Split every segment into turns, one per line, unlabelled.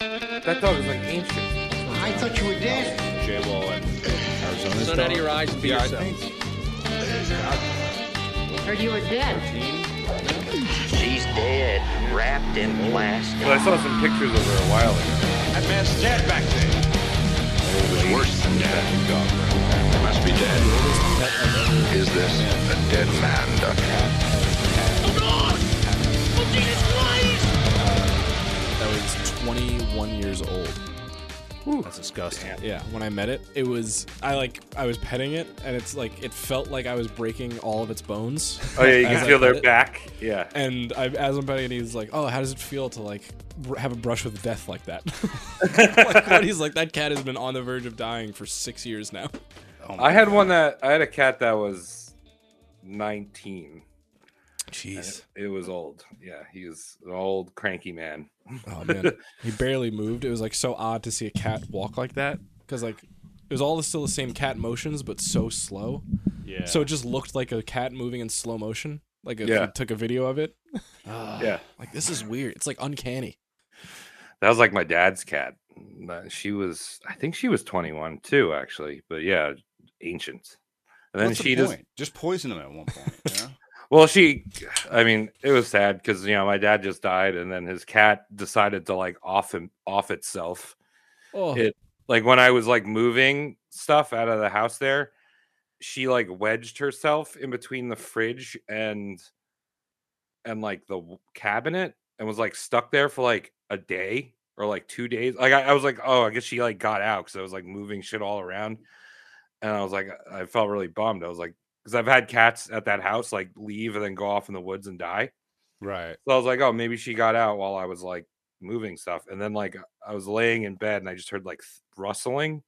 That dog is like ancient.
I thought you were dead.
J Lo and Arizona's
Sun
dog.
out of your eyes and be
yeah,
yourself.
I think
Heard you were dead.
She's dead, wrapped in
But I
plastic.
saw some pictures of her a while ago.
That man's dead back there.
it was worse than dead.
Must be dead. Is this a dead man, Doctor?
That was 21 years old. That's disgusting. Yeah, when I met it, it was I like I was petting it, and it's like it felt like I was breaking all of its bones.
Oh yeah, you
as
can
I
feel
pet
their
it.
back. Yeah.
And I, as I'm petting it, he's like, "Oh, how does it feel to like br- have a brush with death like that?" like, what? He's like, "That cat has been on the verge of dying for six years now."
I had one that I had a cat that was 19.
Jeez.
It was old. Yeah, he was an old cranky man.
Oh man, he barely moved. It was like so odd to see a cat walk like that because like it was all still the same cat motions, but so slow.
Yeah.
So it just looked like a cat moving in slow motion. Like if
Yeah.
you took a video of it,
Yeah,
like this is weird. It's like uncanny.
that was like my dad's cat. Uh, She was, I think she was 21 too, actually. But yeah, ancient. And then
What's
she
the
just,
point? just poison him at one point. Yeah?
well, she, I mean, it was sad because you know my dad just died, and then his cat decided to like off him, off itself.
Oh,
It- like when I was like moving stuff out of the house there, she like wedged herself in between the fridge and and like the w- cabinet and was like stuck there for like a day or like two days. Like I, I was like, oh, I guess she like got out because I was like moving shit all around, and I was like, I felt really bummed. I was like, because I've had cats at that house like leave and then go off in the woods and die.
Right.
So I was like, oh, maybe she got out while I was like moving stuff. And then like I was laying in bed and I just heard like th- rustling.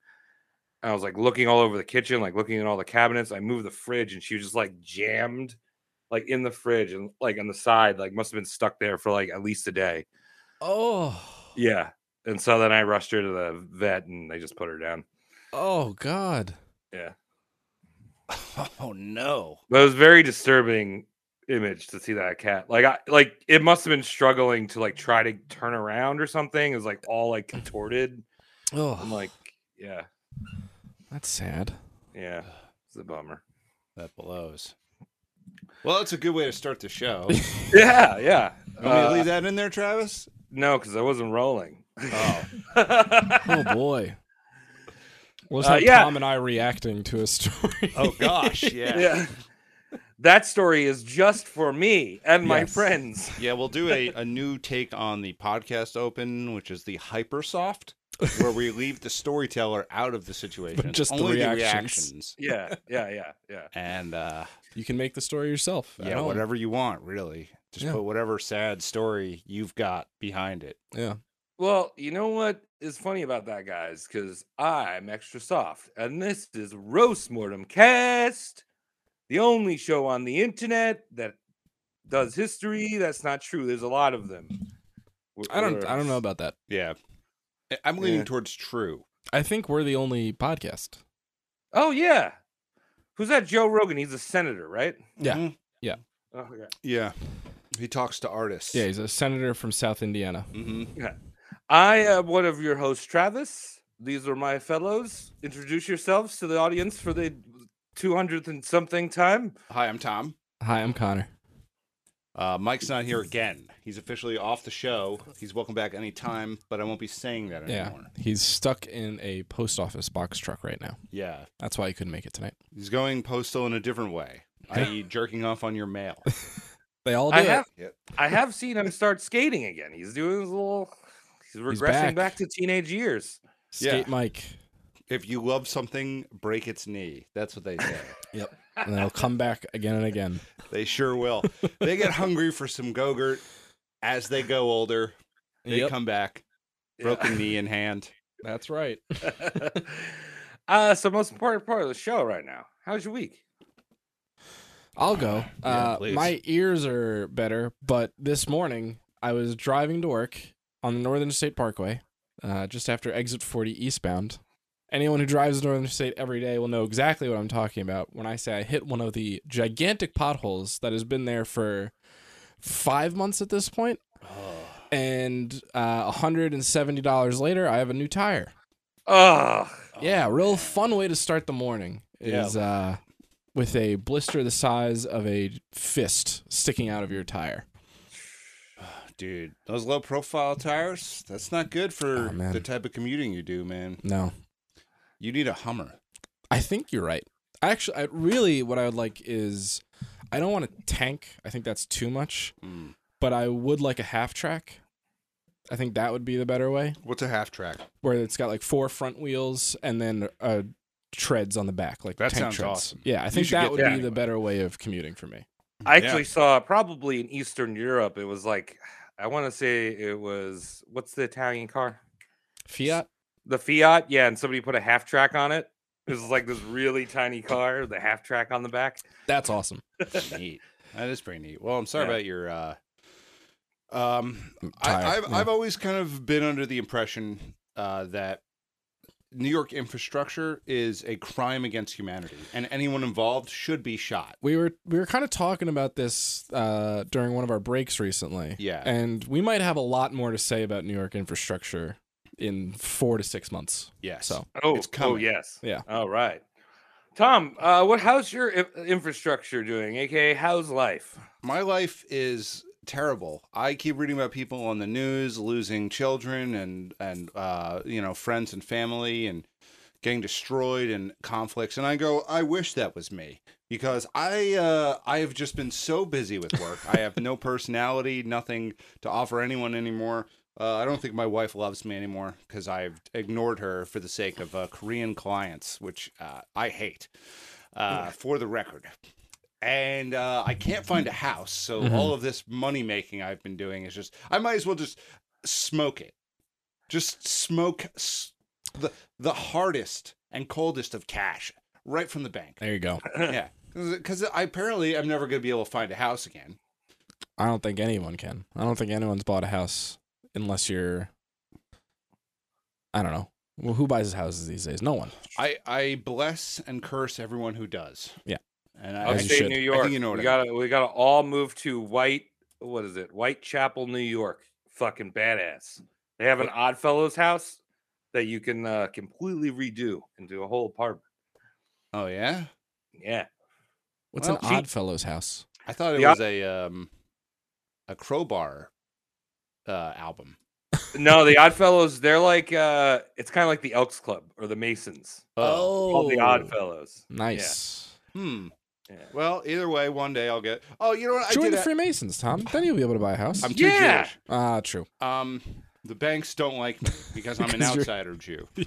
And I was like looking all over the kitchen, like looking in all the cabinets. I moved the fridge and she was just like jammed like in the fridge and like on the side, like must have been stuck there for like at least a day.
oh,
Yeah. And so then I rushed her to the vet and they just put her down.
oh, God.
Yeah.
Oh no.
That was a very disturbing image to see that cat. Like I like it must have been struggling to like try to turn around or something. It was like all like contorted.
Oh,
I'm like, yeah,
that's sad.
yeah, it's a bummer.
That blows. Well, that's a good way to start the show.
Yeah, yeah.
Want me to
Uh,
leave that in there, Travis?
no, because I wasn't rolling.
Oh,
Oh boy. We'll just
Uh,
have
yeah.
Tom and I reacting to a story.
oh gosh, yeah. yeah.
yeah, that story is just for me and my
Yes.
friends.
we'll do a, a new take on the podcast open, which is the Hypersoft, where we leave the storyteller out of the situation. It's
just the
only
reactions.
reactions.
Yeah, yeah, yeah, yeah.
And uh,
you can make the story yourself. at
yeah,
home.
whatever you want, really. Just
Yeah.
put whatever sad story you've got behind it.
Yeah.
Well, you know what is funny about that, guys? Because I'm extra soft, and this is Roast Mortem Cast, the only show on the internet that does history. That's not true. There's a lot of them. We're-
I don't.
we're-
I don't know about that.
Yeah. I- I'm leaning
Yeah.
towards true.
I think we're the only podcast.
Oh yeah. Who's that Joe Rogan? He's a senator, right?
Yeah.
Mhm.
Oh, okay.
Yeah. He talks to artists.
Yeah, he's a senator from South Indiana.
hmm
I am one of your hosts, Travis. These are my fellows. Introduce yourselves to the audience for the 200th and something time.
Hi, I'm Tom.
Hi, I'm Connor.
Uh, Mike's not here again. He's officially off the show. He's welcome back anytime, but I won't be saying that
Yeah,
anymore.
he's stuck in a post office box truck right now.
Yeah.
That's why he couldn't make it tonight.
He's going postal in a different way, i.e., jerking off on your mail.
They all do.
I
it.
have
Yep.
I have seen him start skating again. He's doing his little he's regressing back.
back.
to teenage years.
skate
Yeah.
Mike,
If you love something, break its knee. That's what they say.
and they'll come back again and again.
they sure will. They get hungry for some Gogurt as they go older. They
Yep.
come back, broken knee in hand.
That's right.
uh so most important part of the show right now. How's your week?
I'll go.
Yeah,
uh,
please.
my ears are better, but this morning I was driving to work on the Northern State Parkway, uh, just after exit 40 eastbound. Anyone who drives Northern State every day will know exactly what I'm talking about when I say I hit one of the gigantic potholes that has been there for five months at this point. and uh, $170 later, I have a new tire.
Ugh.
yeah, real fun way to start the morning
Yeah.
is uh, with a blister the size of a fist sticking out of your tire.
Dude, those low profile tires, that's not good for
Oh, man.
the type of commuting you do, man.
No,
You need a Hummer.
I think you're right. Actually, I, really, what I would like is I don't want to tank. I think that's too much,
Mm.
but I would like a half track. I think that would be the better way,
What's a half track?
where it's got like four front wheels and then uh, treads on the back, like
That
tank
sounds
treads.
awesome.
Yeah, I
You
think
should
that
get
would
that
be the
anyway.
better way of commuting for me.
I
Yeah.
actually saw probably in Eastern Europe. It was like I want to say it was what's the Italian car?
Fiat.
The Fiat, yeah. And somebody put a half track on it. It was like this really tiny car, with a half track on the back.
That's awesome.
neat. That is pretty neat. Well, I'm sorry
Yeah.
about your. Uh, um,
Mm, Tire,
I, I've
yeah.
I've always kind of been under the impression uh, that New York infrastructure is a crime against humanity, and anyone involved should be shot.
we were we were kind of talking about this uh, during one of our breaks recently.
Yeah.
and we might have a lot more to say about New York infrastructure in four to six months.
Yes.
So
Oh,
It's
oh
coming.
yes.
Yeah.
All right. Tom, uh, what how's your i- infrastructure doing? AKA, how's life?
my life is terrible. I keep reading about people on the news losing children and and uh, you know friends and family and getting destroyed and conflicts. And I go, I wish that was me because I uh, I have just been so busy with work. I have no personality, nothing to offer anyone anymore. Uh, I don't think my wife loves me anymore because I've ignored her for the sake of uh, Korean clients, which uh, I hate. Uh, for the record, and uh, I can't find a house. So all of this money making I've been doing is just I might as well just smoke it, just smoke s- the the hardest and coldest of cash right from the bank.
there you go.
yeah, because I apparently I'm never going to be able to find a house again.
I don't think anyone can. I don't think anyone's bought a house unless you're. I don't know. Well, who buys houses these days? No one.
I I bless and curse everyone who does.
Yeah.
and I,
As you
Upstate
should. I
New
think
York.
you know what
we
I
gotta we gotta all move to White. What is it? Whitechapel, New York. Fucking badass. They have an Oddfellows house that you can uh, completely redo into a whole apartment.
oh yeah,
Yeah.
What's
Well,
an
she-
odd fellow's house?
I thought it
Yeah.
was a um a crowbar uh album.
No, the Oddfellows. They're like uh, it's kind of like the Elks Club or the Masons.
Oh.
Oh.
Oh. All the Oddfellows.
nice.
Uh, Hmm.
Yeah.
Well, either way, one day I'll get. Oh, you know what? I
Join
did
the
a-
Freemasons, Tom. Then you'll be able to buy a house.
I'm too
Yeah.
Jewish.
Ah, true.
Um, the banks don't like me because I'm an
Because you're-
outsider Jew. They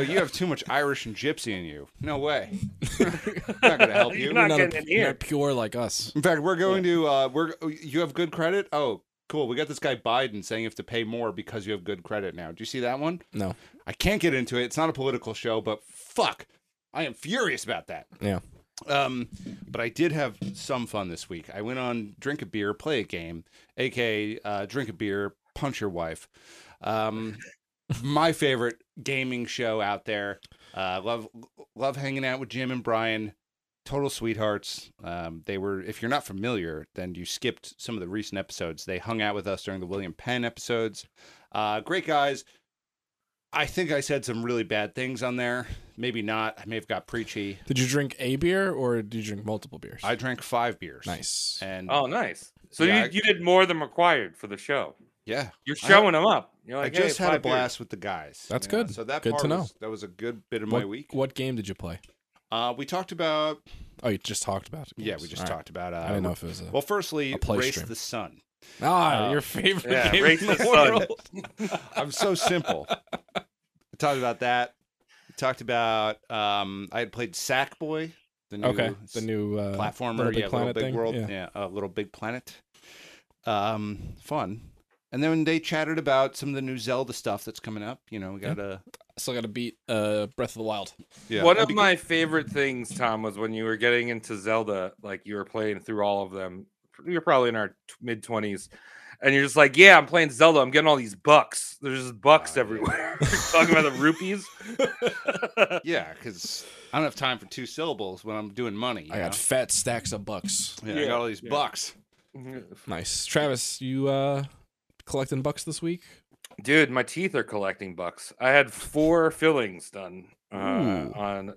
Yeah.
you have too much Irish and Gypsy in you. No way. I'm not gonna help
You're
you.
not
You're a-
getting in
you're
here.
not pure like us.
In fact, we're going to. Uh, we're. oh, You have good credit. Oh, cool. We got this guy Biden saying you have to pay more because you have good credit now. Do you see that one?
No.
I can't get into it. It's not a political show, but fuck, I am furious about that.
Yeah.
Um, but I did have some fun this week. I went on drink a beer, play a game, aka uh, drink a beer, punch your wife. Um, my favorite gaming show out there. Uh, love love hanging out with Jim and Brian. Total sweethearts. Um, they were. If you're not familiar, then you skipped some of the recent episodes. They hung out with us during the William Penn episodes. Uh, great guys. I think I said some really bad things on there. Maybe not. I may have got preachy.
Did you drink a beer or did you drink multiple beers?
I drank five beers.
nice.
And
Oh, nice. So
Yeah, I-
you, you did more than required for the show.
yeah,
You're
I-
showing them up. You're
I
like,
just
"Hey,
had a
five beers."
blast with the guys.
That's
you know?
good.
So that
Good
part
to know.
Was, that was a good bit of my
what,
week.
What game did you play?
Uh, we talked about
Oh, you just talked about it.
yeah, we just
All right.
talked about. Uh,
I don't know if it was a.
Well, firstly,
a play
race
stream.
the sun.
ah,
uh,
your favorite
yeah,
game
Race
in
the
the,
Sun.
world.
I'm so simple. I talked about that. We talked about um, I had played Sackboy, the new
Okay, the new uh,
platformer,
Little Big
yeah, Little
Planet
Big
thing,
World,
yeah.
yeah, uh, Little Big Planet. Um, fun. And then they chatted about some of the new Zelda stuff that's coming up. You know, we got a
Still got to beat uh, Breath of the Wild.
yeah.
One of my favorite things, Tom, was when you were getting into Zelda, like you were playing through all of them. You're probably in our t- mid 20s. And you're just like, yeah, I'm playing Zelda. I'm getting all these bucks. There's just bucks
yeah.
everywhere. Talking about the rupees.
yeah, because I don't have time for two syllables when I'm doing money. you
I got
know?
fat stacks of bucks.
yeah, I got all these bucks.
Nice, Travis. You uh, collecting bucks this week?
Dude, my teeth are collecting bucks. I had four fillings done uh,
Ooh.
on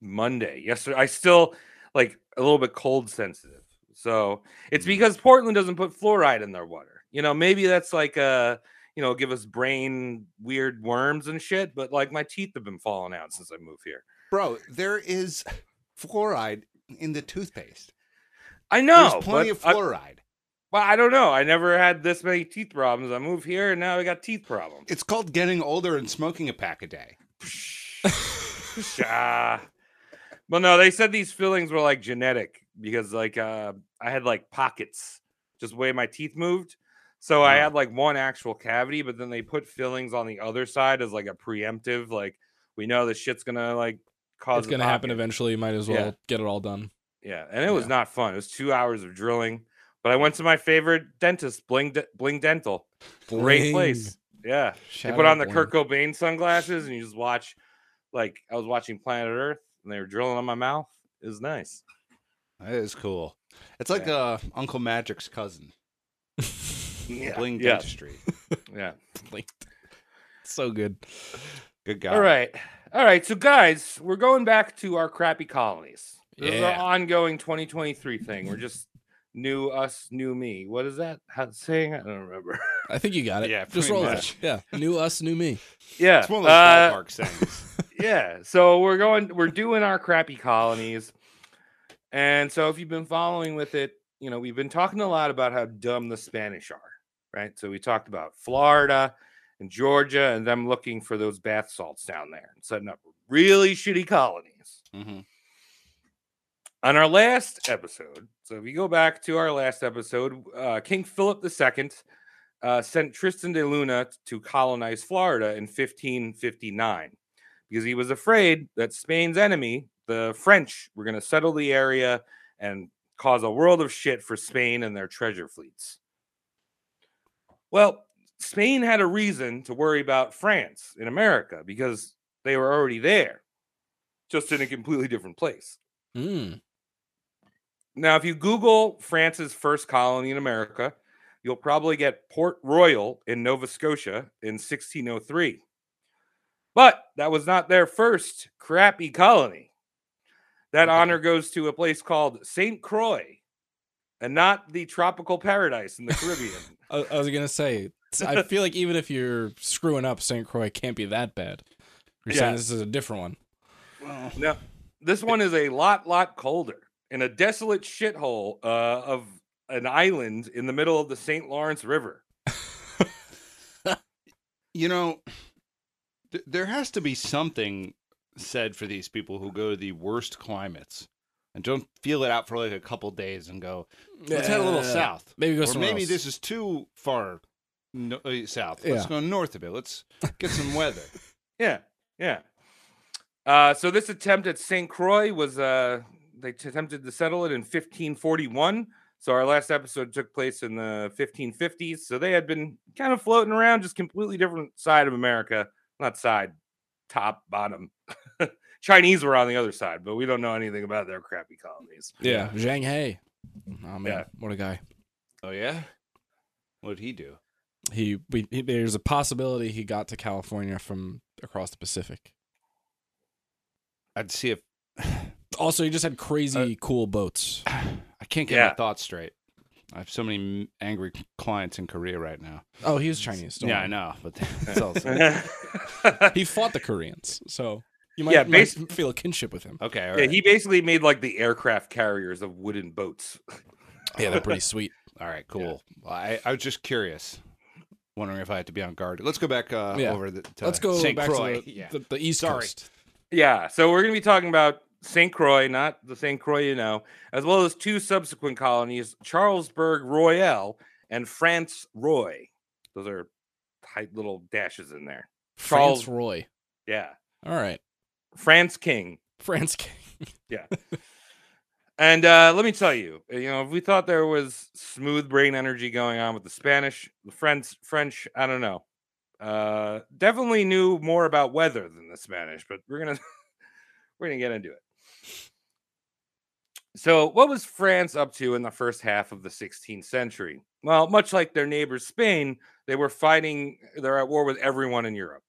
Monday. Yesterday, I still like a little bit cold sensitive. So
Mm.
it's because Portland doesn't put fluoride in their water. You know, maybe that's like uh, you know, give us brain weird worms and shit. But like my teeth have been falling out since I moved here.
Bro, there is fluoride in the toothpaste.
I know
There's plenty
but
of
I-
fluoride.
well, I don't know. I never had this many teeth problems. I moved here and now I got teeth problems.
It's called getting older and smoking a pack a day.
Ah. Well, no, they said these fillings were like genetic because like uh I had like pockets just the way my teeth moved. So I
Ah.
Uh-huh.
had like one actual cavity, but then they put fillings on the other side as like a preemptive, like we know this shit's gonna like cause
It's
a
going to happen
pocket.
eventually. You might as
Yeah.
well get it all done.
Yeah, and it was not fun. It was two hours of drilling, but I went to my favorite dentist, Bling De- Bling Dental. Great place. Yeah, they put on the Kurt Cobain sunglasses, and you just watch. Like I was watching Planet Earth, and they were drilling on my mouth. It was nice.
That is cool. It's like uh, Uncle Magic's cousin,
Yeah,
Bling
yeah,
Dentistry.
yeah.
so good.
Good guy.
All right, all right. So guys, we're going back to our crappy colonies. This is
Yeah.
our ongoing 2023 thing. We're just new us, new me. What is that How, saying? I don't remember.
I think you got it.
Yeah,
just
pretty
roll
much.
with it. Yeah, new us, new me.
Yeah,
It's one of those
uh,
ballpark sayings.
yeah so we're going we're doing our crappy colonies and so if you've been following with it you know we've been talking a lot about how dumb the spanish are right so we talked about florida and georgia and them looking for those bath salts down there and setting up really shitty colonies
hmm
on our last episode, so if you go back to our last episode, uh, King Philip II uh, sent Tristan de Luna to colonize Florida in 1559 because he was afraid that Spain's enemy, the French, were going to settle the area and cause a world of shit for Spain and their treasure fleets. Well, Spain had a reason to worry about France in America because they were already there, just in a completely different place.
Mm.
Now, if you Google France's first colony in America, you'll probably get Port Royal in Nova Scotia in 1603. But that was not their first crappy colony. That honor goes to a place called St. Croix and not the tropical paradise in the Caribbean.
I, I was gonna say. I feel like even if you're screwing up, Saint Croix can't be that bad. You're
Yeah.
saying this is a different one.
Well,
No, this one is a lot, lot colder in a desolate shithole uh, of an island in the middle of the St. Lawrence River.
you know, th- there has to be something said for these people who go to the worst climates and don't feel it out for like a couple days and go, let's head a little
Yeah.
south.
Maybe go
or
somewhere
maybe
else.
this is too far no- uh, south. Let's
Yeah.
go north a bit. Let's get some weather.
Yeah, yeah. Uh, so this attempt at St. Croix was uh, they t- attempted to settle it in 1541. So our last episode took place in the 1550s. So they had been kind of floating around, just completely different side of America. Not side, top, bottom. Chinese were on the other side, but we don't know anything about their crappy colonies.
yeah, Zhang He. Oh man,
Yeah.
what a guy.
Oh yeah. What did he do?
He, we, he there's a possibility he got to California from across the Pacific.
I'd see if
Also, he just had crazy
Uh,
cool boats.
I can't get
Yeah.
my thoughts straight. I have so many m- angry c- clients in Korea right now.
Oh, he was Chinese.
Mm,
Don't
yeah,
worry.
I know, but it's also
yeah,
He fought the Koreans, so you might,
Yeah,
you might
basi-
feel a kinship with him.
okay. All right.
he basically made like the aircraft carriers of wooden boats.
Yeah, they're pretty sweet.
all right. Cool. Well, I, I was just curious, wondering if I had to be on guard. Let's go back uh,
Yeah.
over the. To
Let's go
St.
back
Croix.
to the,
yeah.
the, the East
Sorry.
Coast.
Yeah, so we're going to be talking about St. Croix, not the St. Croix you know, as well as two subsequent colonies, Charlesburg Royale and France Roy. Those are tight little dashes in there. Charles-
France Roy.
Yeah.
All right,
France King.
France King.
And uh, let me tell you, you know, if we thought there was smooth brain energy going on with the Spanish, the French, French, I don't know, uh, definitely knew more about weather than the Spanish. But we're gonna we're gonna get into it. So, what was France up to in the first half of the 16th century? Well, much like their neighbor Spain, they were fighting, eh, they're at war with everyone in Europe,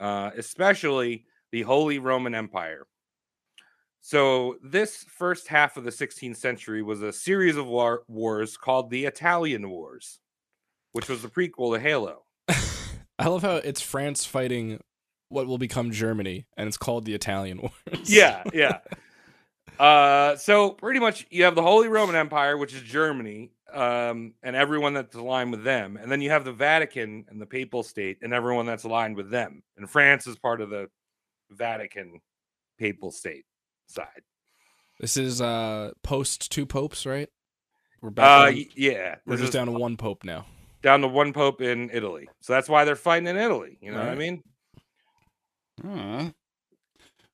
uh, especially the Holy Roman Empire. So, this first half of the 16th century was a series of war- wars called the Italian Wars, which was the prequel to Halo.
I love how it's France fighting what will become Germany, and it's called the Italian Wars.
yeah, yeah. Uh, so pretty much you have the Holy Roman Empire, which is Germany, um, and everyone that's aligned with them, and then you have the Vatican and the Papal State, and everyone that's aligned with them. And France is part of the Vatican Papal State side.
This is uh post two popes, right? We're
Uh,
back. on-
y- yeah,
we're
this
just
is
down to one pope now.
down to one pope in Italy, so that's why they're fighting in Italy. You know what I
Alright.
mean?
Aw.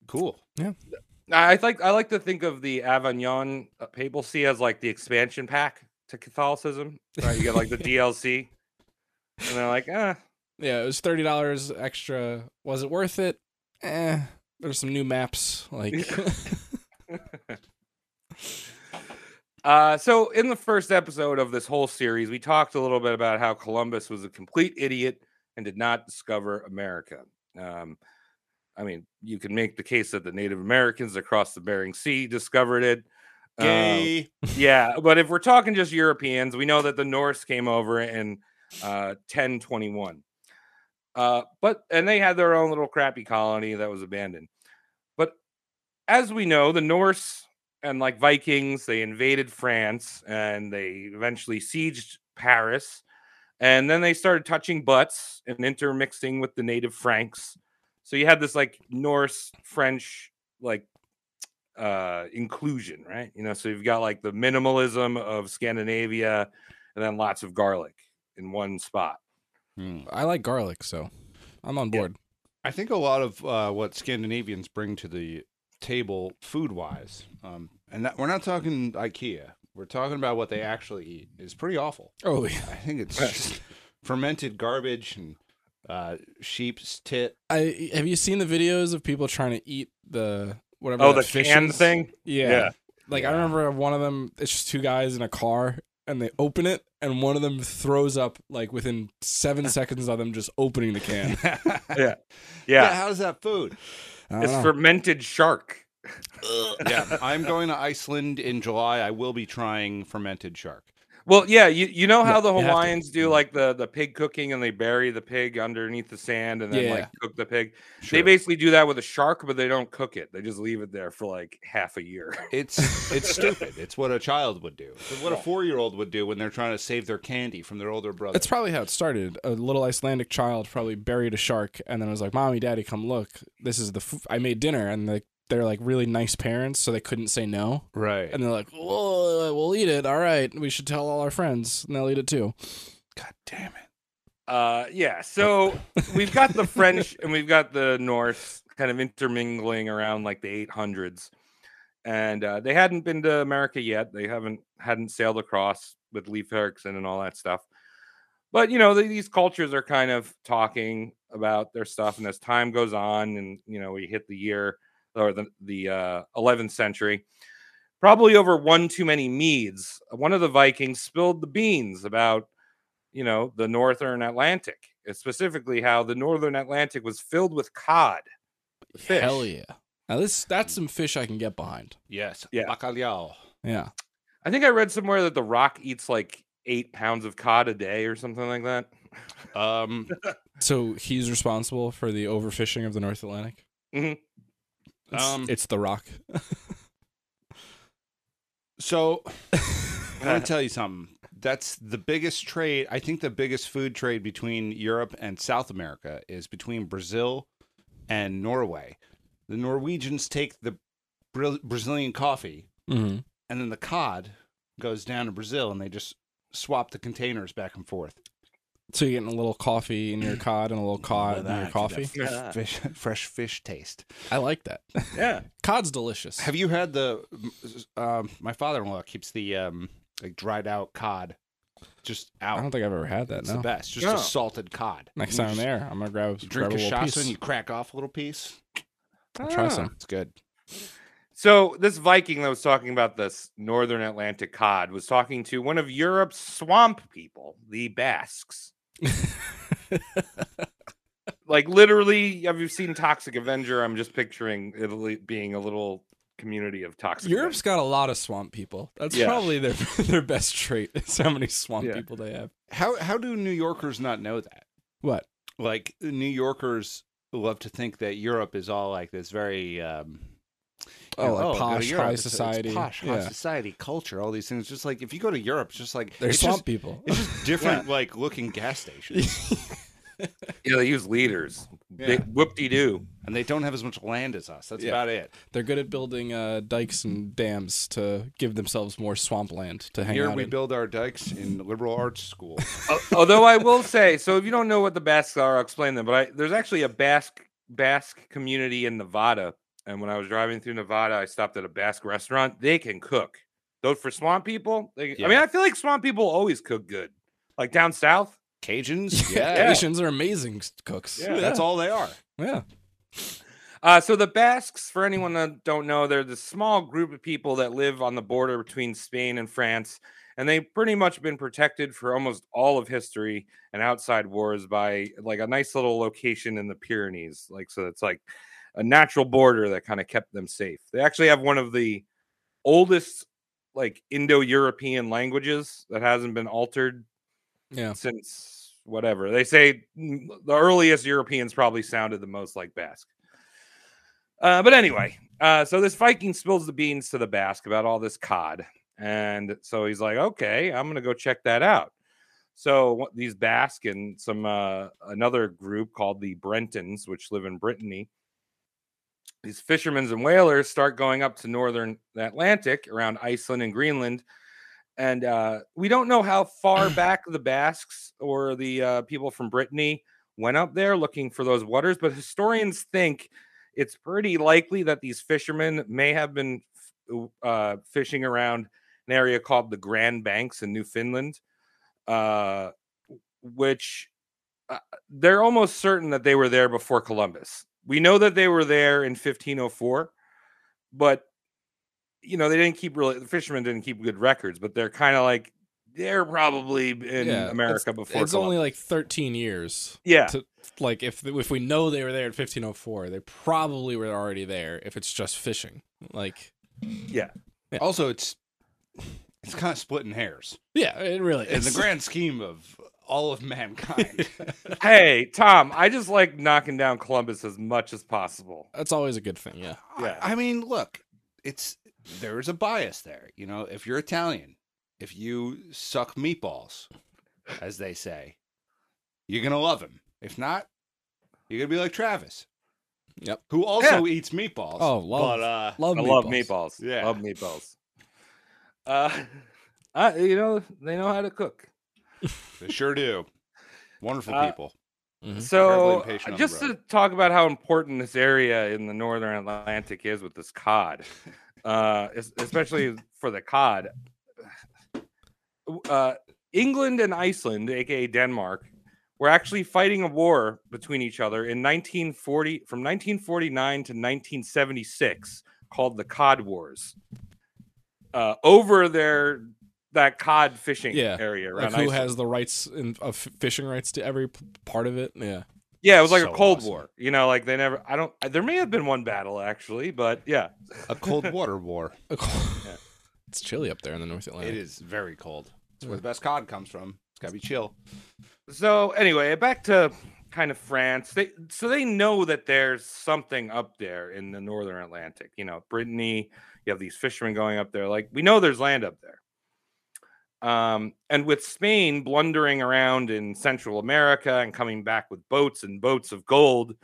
Cool.
I I like I like to think of the Avignon uh, Papacy as like the expansion pack to Catholicism. Right? You get like the DLC, and they're like, ah,
Yeah, it was thirty dollars extra. Was it worth it? Eh. There's some new maps. Like
Uh, so in the first episode of this whole series, we talked a little bit about how Columbus was a complete idiot and did not discover America. Um, I mean, you can make the case that the Native Americans across the Bering Sea discovered it. Uh,
Um,
Gay.
yeah, but if we're talking just Europeans, we know that the Norse came over in uh, 1021. Uh, but and they had their own little crappy colony that was abandoned. But as we know, the Norse and like Vikings, they invaded France and they eventually sieged Paris. And then they started touching butts and intermixing with the native Franks. So you had this like Norse, French, like uh inclusion right you know so you've got like the minimalism of scandinavia and then lots of garlic in one spot
Hmm.
I like garlic, so I'm on board.
I think a lot of uh, what Scandinavians bring to the table food wise, um, and that, we're not talking IKEA, we're talking about what they actually eat, is pretty awful.
Oh yeah.
I think it's just fermented garbage and uh, sheep's tit.
I have you seen the videos of people trying to eat the whatever?
oh
that
the
fish
can
is?
thing
Yeah.
Yeah.
Like I remember one of them. It's just two guys in a car, and they open it, and one of them throws up like within seven seconds of them just opening the can.
yeah.
yeah,
how's that food?
I don't
it's
know.
fermented shark
yeah, I'm going to Iceland in July. I will be trying fermented shark.
well yeah you, you know how the
you have to.
hawaiians do like the the pig cooking and they bury the pig underneath the sand and then like
Yeah.
cook the pig
Sure.
they basically do that with a shark but they don't cook it they just leave it there for like half a year
It's it's stupid. It's what a child would do. It's what a four year old would do when they're trying to save their candy from their older brother.
That's probably how it started. A little Icelandic child probably buried a shark, and then was like, "Mommy, Daddy, come look. This is the f- I made dinner." And they they're like really nice parents, so they couldn't say no.
right.
And they're like, "Whoa, we'll eat it. All right, we should tell all our friends, and they'll eat it too."
God damn it.
Uh, yeah. So we've got the French and we've got the Norse kind of intermingling around like the 800s, and uh, they hadn't been to America yet. They haven't hadn't sailed across with Leif Erikson and all that stuff. But you know, the, these cultures are kind of talking about their stuff, and as time goes on, and you know, we hit the year or the the uh, 11th century. Probably over one too many meads. One of the Vikings spilled the beans about you know, the northern Atlantic, uh, specifically how the northern Atlantic was filled with cod. Fish.
Hell yeah! Now this that's some fish I can get behind.
Yes.
Yeah.
Bacalhau.
Yeah.
I think I read somewhere that The Rock eats like eight pounds of cod a day or something like that.
Um,
So he's responsible for the overfishing of the North Atlantic.
Mhm.
It's,
Mm-hmm. Um,
it's the Rock.
so I'm going to tell you something. That's the biggest trade. I think the biggest food trade between Europe and South America is between Brazil and Norway. The Norwegians take the Bra- Brazilian coffee,
Mhm.
and then the cod goes down to Brazil, and they just swap the containers back and forth.
So you're getting a little coffee in your cod and a little Oh, cod
Well,
in your
that- that
coffee.
Yeah.
Fish, fresh fish taste.
I like that.
Yeah.
Cod's delicious.
Have you had the? Um, my father-in-law keeps the um, like dried out cod, just out.
I don't think I've ever had that.
It's
No.
the best. Just
No.
a salted cod.
Next
You
time I'm
just
there, I'm gonna grab
Drink
grab
a
a little
shot
piece.
and you crack off a little piece.
I'll try some.
It's good.
Ah. So this Viking that was talking about this Northern Atlantic cod was talking to one of Europe's swamp people, the Basques. like literally, have you seen Toxic Avenger? I'm just picturing Italy being a little community of toxic.
Europe's got a lot of swamp people. That's
Yeah.
probably their their best trait. Is how many swamp
Yeah.
people they have.
How how do New Yorkers not know that?
What?
Like New Yorkers love to think that Europe is all like this very um you
Oh,
know,
like
go to
posh,
Europe,
high
it's- it's
society.
posh, high
yeah.
society culture, all these things. Just like if you go to Europe, it's just like
They're
it's
swamp
just,
people.
it's just different like looking gas stations.
Yeah, they use leaders.
Yeah.
Whoop de doo.
and they don't have as much land as us. That's
Yeah.
about it.
They're good at building uh, dikes and dams to give themselves more swampland to hang
Here
out
we
in.
build our dikes in liberal arts school.
Al- Although I will say, so if you don't know what the Basques are, I'll explain them. But I, there's actually a Basque Basque community in Nevada, and when I was driving through Nevada, I stopped at a Basque restaurant. They can cook. Though for swamp people, they, I mean,
Yeah.
I feel like swamp people always cook good. Like down south,
Cajuns,
Yeah.
yeah.
Asians are amazing s- cooks.
Yeah.
That's all they are.
Yeah.
Uh, so the Basques, for anyone that don't know, they're the small group of people that live on the border between Spain and France, and they've pretty much been protected for almost all of history and outside wars by like a nice little location in the Pyrenees. Like so, it's like a natural border that kind of kept them safe. They actually have one of the oldest like Indo-European languages that hasn't been altered
Yeah.
since whatever they say mm, the earliest europeans probably sounded the most like basque uh, but anyway uh, so this viking spills the beans to the basque about all this cod and so he's like okay i'm gonna go check that out so wha- these basque and some uh, another group called the brentons which live in brittany these fishermen and whalers start going up to northern atlantic around iceland and greenland and uh, we don't know how far back the Basques or the uh, people from Brittany went up there looking for those waters, but historians think it's pretty likely that these fishermen may have been f- w- uh, fishing around an area called the Grand Banks in Newfoundland, uh, w- which uh, they're almost certain that they were there before Columbus. We know that they were there in 1504, but you know they didn't keep really the fishermen didn't keep good records, but they're kind of like they're probably in
Yeah, it's-
America before.
It's only like 13 years.
yeah,
to- Like if if we know they were there at 1504, they probably were already there. If it's just fishing, like
Also, it's it's kind of splitting hairs.
yeah, it really
in
is.
the grand scheme of all of mankind.
Hey, Tom, I just like knocking down Columbus as much as possible.
That's always a good thing. Yeah.
Yeah.
I, I mean, look, it's there is a bias there. You know, if you're Italian, if you suck meatballs, as they say, you're gonna love him. If not, you're gonna be like Travis.
Yep.
Who also eats meatballs.
Oh, love-
But, uh,
Love
I
meatballs.
love meatballs.
Yeah.
Love meatballs. Uh, I, you know, they know how to cook.
they sure do. Wonderful
Uh,
people.
Mm-hmm.
So, uh,
impatient on the
just
road.
to talk about how important this area in the northern Atlantic is with this cod, uh, es- especially for the cod. W- Uh, England and Iceland, aka Denmark, were actually fighting a war between each other in 1940 from 1949 to 1976 called the Cod Wars uh, over their that cod fishing
Yeah,
area around
Like who
Iceland.
has the rights in, of fishing rights to every p- part of it? Yeah.
Yeah, it was like
So
a Cold
awesome.
War. You know, like they never. I don't. There may have been one battle actually, but yeah,
A cold water war.
It's chilly up there in the North Atlantic.
It is very cold. It's
Mm.
where the best cod comes from. It's gotta be chill.
so anyway, back to kind of France. They so they know that there's something up there in the northern Atlantic. You know, Brittany. You have these fishermen going up there. Like we know there's land up there. Um, and with Spain blundering around in Central America and coming back with boats and boats of gold,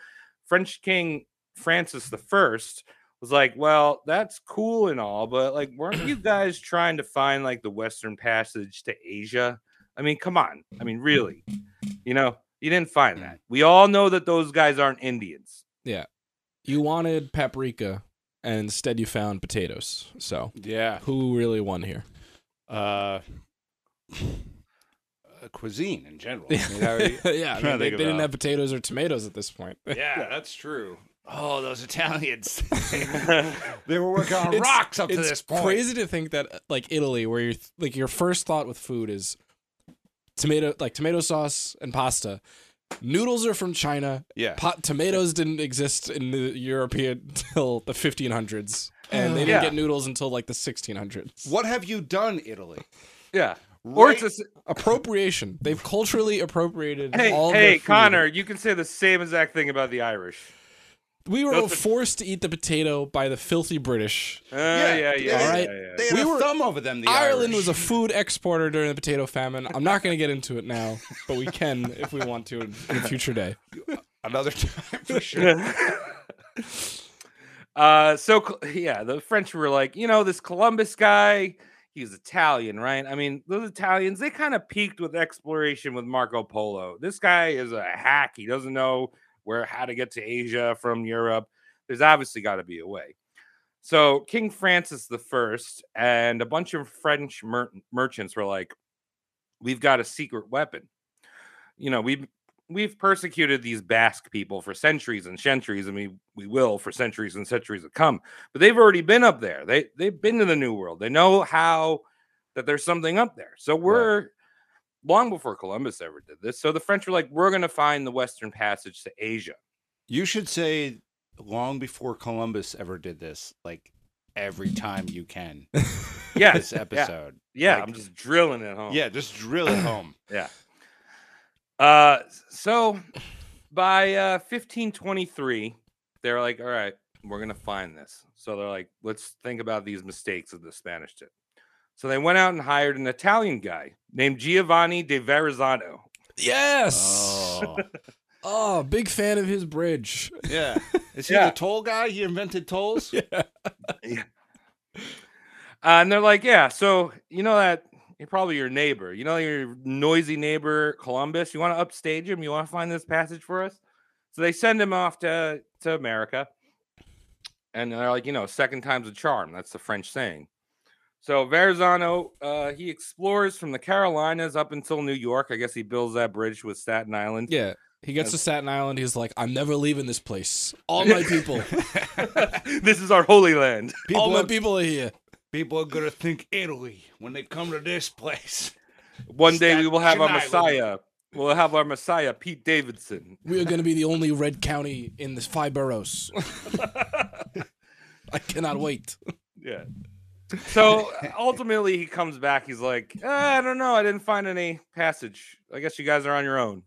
French King Francis the First was like, "Well, that's cool and all, but like, weren't you guys trying to find like the Western Passage to Asia? I mean, come on. I mean, really? You know, you didn't find
Mm.
that. We all know that those guys aren't Indians.
You wanted paprika, and instead you found potatoes. So
Yeah.
who really won here?
uh, uh, cuisine in general.
yeah, I
trying
mean,
to
they,
think
they didn't
about-
have potatoes or tomatoes at this point.
yeah, that's true. Oh, those Italians. they were working on
It's-
rocks up to
it's
this point.
Crazy to think that like Italy, where your like your first thought with food is tomato, like tomato sauce and pasta. Noodles are from China.
Yeah.
Pot tomatoes didn't exist in the European till the 1500s, and they didn't
Yeah.
get noodles until like the 1600s.
What have you done, Italy?
Yeah. Or it's
Right-
a, s-
Appropriation. They've culturally appropriated
hey,
all. their
hey
food.
Connor, you can say the same exact thing about the Irish.
We were
Those are-
forced to eat the potato by the filthy British.
Uh, yeah, yeah, yeah.
They,
all right.
yeah,
They
yeah.
had
We
a
were-
thumb over them. The
Ireland
Irish.
was a food exporter during the potato famine. I'm not going to get into it now, but we can if we want to in in a future day.
another time for sure.
Uh, so Col- yeah, the French were like, you know, this Columbus guy, he was Italian, right? I mean, those Italians, they kind of peaked with exploration with Marco Polo. This guy is a hack. He doesn't know where how to get to Asia from Europe. There's obviously got to be a way. So King Francis the First and a bunch of French mer- merchants were like, we've got a secret weapon. You know, we've we've persecuted these Basque people for centuries and centuries, and we we will for centuries and centuries to come. But they've already been up there. They they've been to the New World. They know how that there's something up there. So we're long before Columbus ever did this. So the French were like, we're going to find the Western Passage to Asia.
You should say long before Columbus ever did this. Like every time you can.
Yes,
This episode.
yeah.
like-
I'm just drilling it home.
Yeah, just drill it home.
Uh, s- so by uh, 1523, they're like, all right, we're gonna find this. So they're like, let's think about these mistakes that the Spanish did. So they went out and hired an Italian guy named Giovanni de Verrazzano.
Yes.
Oh.
Oh, big fan of his bridge.
Yeah. Is he
Yeah.
the toll guy? He invented tolls?
Uh, and they're like, yeah, so you know that you're probably your neighbor, you know, your noisy neighbor Columbus. You want to upstage him? You want to find this passage for us? So they send him off to, to America. And they're like, you know, second time's a charm. That's the French saying. So Verrazano, uh, he explores from the Carolinas up until New York. I guess he builds that bridge with Staten Island.
Yeah. He gets to Staten Island. He's like, I'm never leaving this place. All my people,
this is our holy land.
all
People,
my
are,
people are here.
people are gonna think Italy when they come to this place.
One day we will have our
Staten Island.
Messiah. We'll have our Messiah, Pete Davidson.
We are going to be the only red county in the five boroughs. I cannot wait.
Yeah. So ultimately, he comes back. He's like, "Ah, I don't know. I didn't find any passage. I guess you guys are on your own.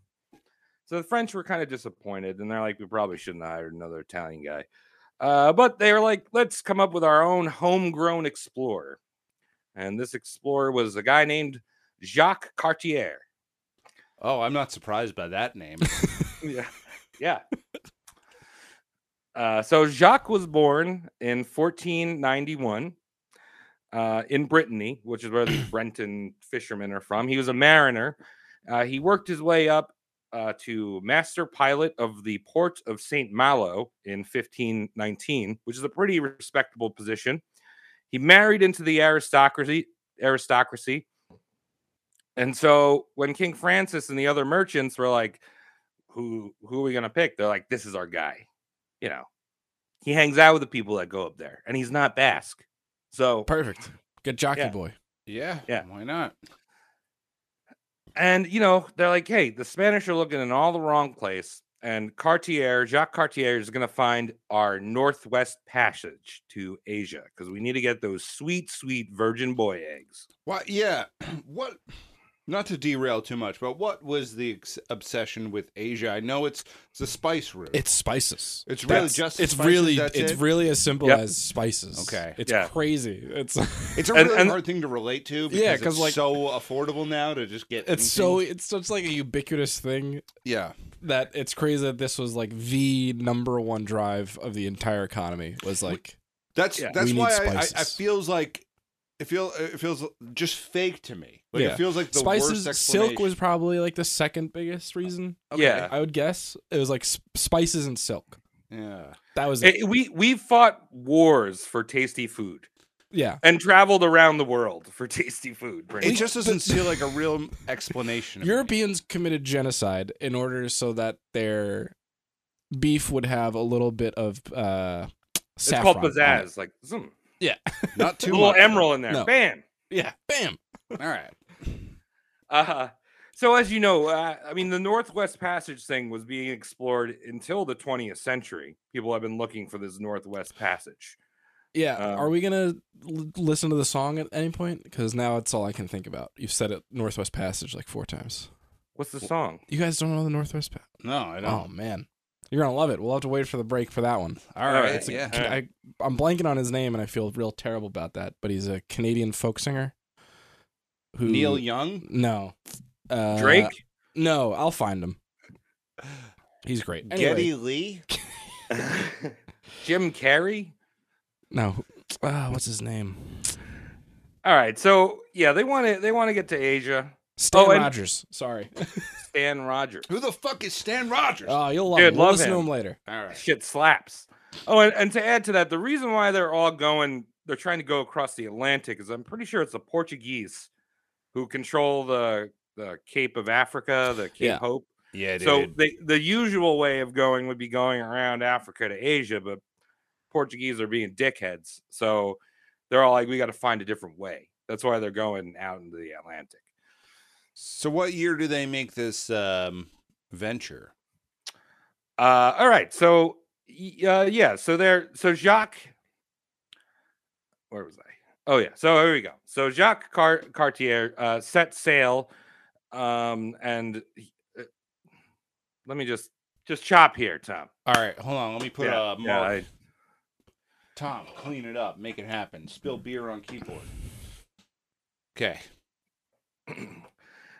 So the French were kind of disappointed, and they're like, we probably shouldn't have hired another Italian guy. Uh, but they were like, let's come up with our own homegrown explorer. And this explorer was a guy named Jacques Cartier.
Oh, I'm not surprised by that name.
yeah. Yeah. Uh, so Jacques was born in 1491 uh, in Brittany, which is where the Breton fishermen are from. He was a mariner. Uh, he worked his way up uh, to master pilot of the port of St. Malo in 1519, which is a pretty respectable position. He married into the aristocracy, aristocracy. And so when King Francis and the other merchants were like, who who are we gonna pick? They're like, this is our guy. You know, he hangs out with the people that go up there, and he's not Basque. So
Perfect. Good jockey
Yeah.
boy.
yeah,
Yeah.
Why not?
and you know, they're like, hey, the Spanish are looking in all the wrong place, and Cartier, Jacques Cartier, is gonna find our northwest passage to Asia because we need to get those sweet, sweet virgin boy eggs.
Why? Yeah. What? Not to derail too much, but what was the ex- obsession with Asia? I know it's it's a spice route.
It's spices.
It's really just
It's
spices,
really
that's
it's
it?
really as simple
Yep.
as spices.
Okay.
It's
Yeah.
crazy. It's
it's a
and-
really
and-
hard thing to relate to. Because
Yeah, 'cause,
it's
like-
so affordable now to just get.
it's so e-,
anything.
it's such like a ubiquitous thing
yeah.
that it's crazy that this was like the number one drive of the entire economy was like
That's
Yeah.
that's
We need
why I, I, I
spices.
feels like it feel it feels just fake to me. Like
Yeah.
it feels like the
spices.
worst
Silk was
explanation.
probably like the second biggest reason.
Yeah.
I would guess it was like sp- spices and silk.
Yeah.
That was it.
Eh, we we fought wars for tasty food
Yeah.
and traveled around the world for tasty food. pretty
It
much.
just doesn't feel like a real explanation. to me.
Europeans committed genocide in order so that their beef would have a little bit of uh,
It's
saffron.
called
on it.
pizzazz. Like zoom.
Yeah.
Not
a
too
little
much.
emerald in there.
No.
Bam.
yeah. Bam.
All right.
Uh, so as you know, uh, I mean, the Northwest Passage thing was being explored until the 20th century. People have been looking for this Northwest Passage.
Yeah.
Um,
Are we gonna l- listen to the song at any point? Because now it's all I can think about. You've said it Northwest Passage like four times.
What's the song?
You guys don't know the Northwest Passage.
No, I don't.
Oh man, you're gonna love it. We'll have to wait for the break for that one.
All
all
right.
right,
It's a-
yeah.
Can- I, I'm blanking on his name, and I feel real terrible about that. But he's a Canadian folk singer. Who
Neil Young.
No. Uh,
Drake?
No, I'll find him. He's great. Anyway,
Geddy Lee.
Jim Carrey?
No. Uh, what's his name?
Oh, All right. So yeah, they want to they want to get to Asia.
Stan
and-
Rogers. Sorry.
Stan Rogers.
Who the fuck is Stan Rogers?
Oh, you'll love
Dude,
him. We'll
love
listen to
him.
him later.
All right.
Shit slaps. Oh, and, and to add to that, the reason why they're all going, they're trying to go across the Atlantic is I'm pretty sure it's the Portuguese who control the the Cape of Africa, the Cape
Yeah.
Hope.
Yeah, dude.
So the the usual way of going would be going around Africa to Asia, but Portuguese are being dickheads, so they're all like, "We got to find a different way." That's why they're going out into the Atlantic.
So what year do they make this um, venture?
Uh, all right, so y- uh, yeah, so there, so Jacques, where was I? Oh yeah, so here we go. So Jacques Car- Cartier uh, set sail, um, and he- uh, let me just just chop here, Tom.
All right, hold on. Let me put
Yeah,
a mark.
yeah, I-
Tom, clean it up. Make it happen. Spill beer on keyboard. Okay.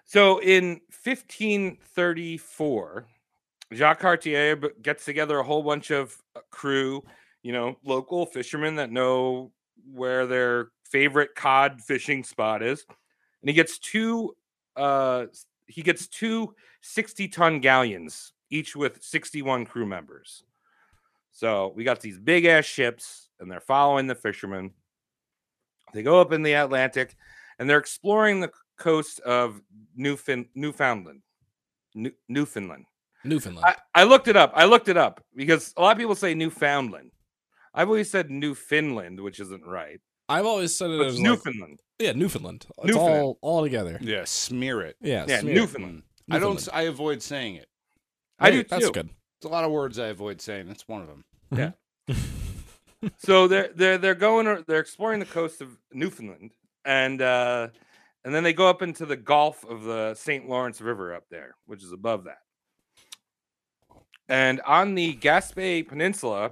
So in 1534, Jacques Cartier b- gets together a whole bunch of uh, crew, you know, local fishermen that know where their favorite cod fishing spot is. And he gets two uh s- he gets two 60-ton galleons, each with 61 crew members. So we got these big ass ships and they're following the fishermen. They go up in the Atlantic and they're exploring the coast of Newfin- Newfoundland. New- Newfoundland.
Newfoundland.
I, I looked it up. I looked it up because a lot of people say Newfoundland. I've always said Newfoundland, which isn't right.
I've always said it
But
as
it's
like-
Newfoundland.
yeah, Newfoundland. It's
Newfoundland.
all all together.
Yeah, smear it. Hmm.
Yeah,
yeah,
smear it.
Newfoundland.
I don't. s-
Newfoundland.
I avoid saying it.
I
Hmm. Hey,
do
That's
too.
good.
It's a lot of words I avoid saying. That's one of them.
So they're they're they're going ar- they're exploring the coast of Newfoundland and uh and then they go up into the Gulf of the St. Lawrence River up there, which is above that. And on the Gaspe Peninsula,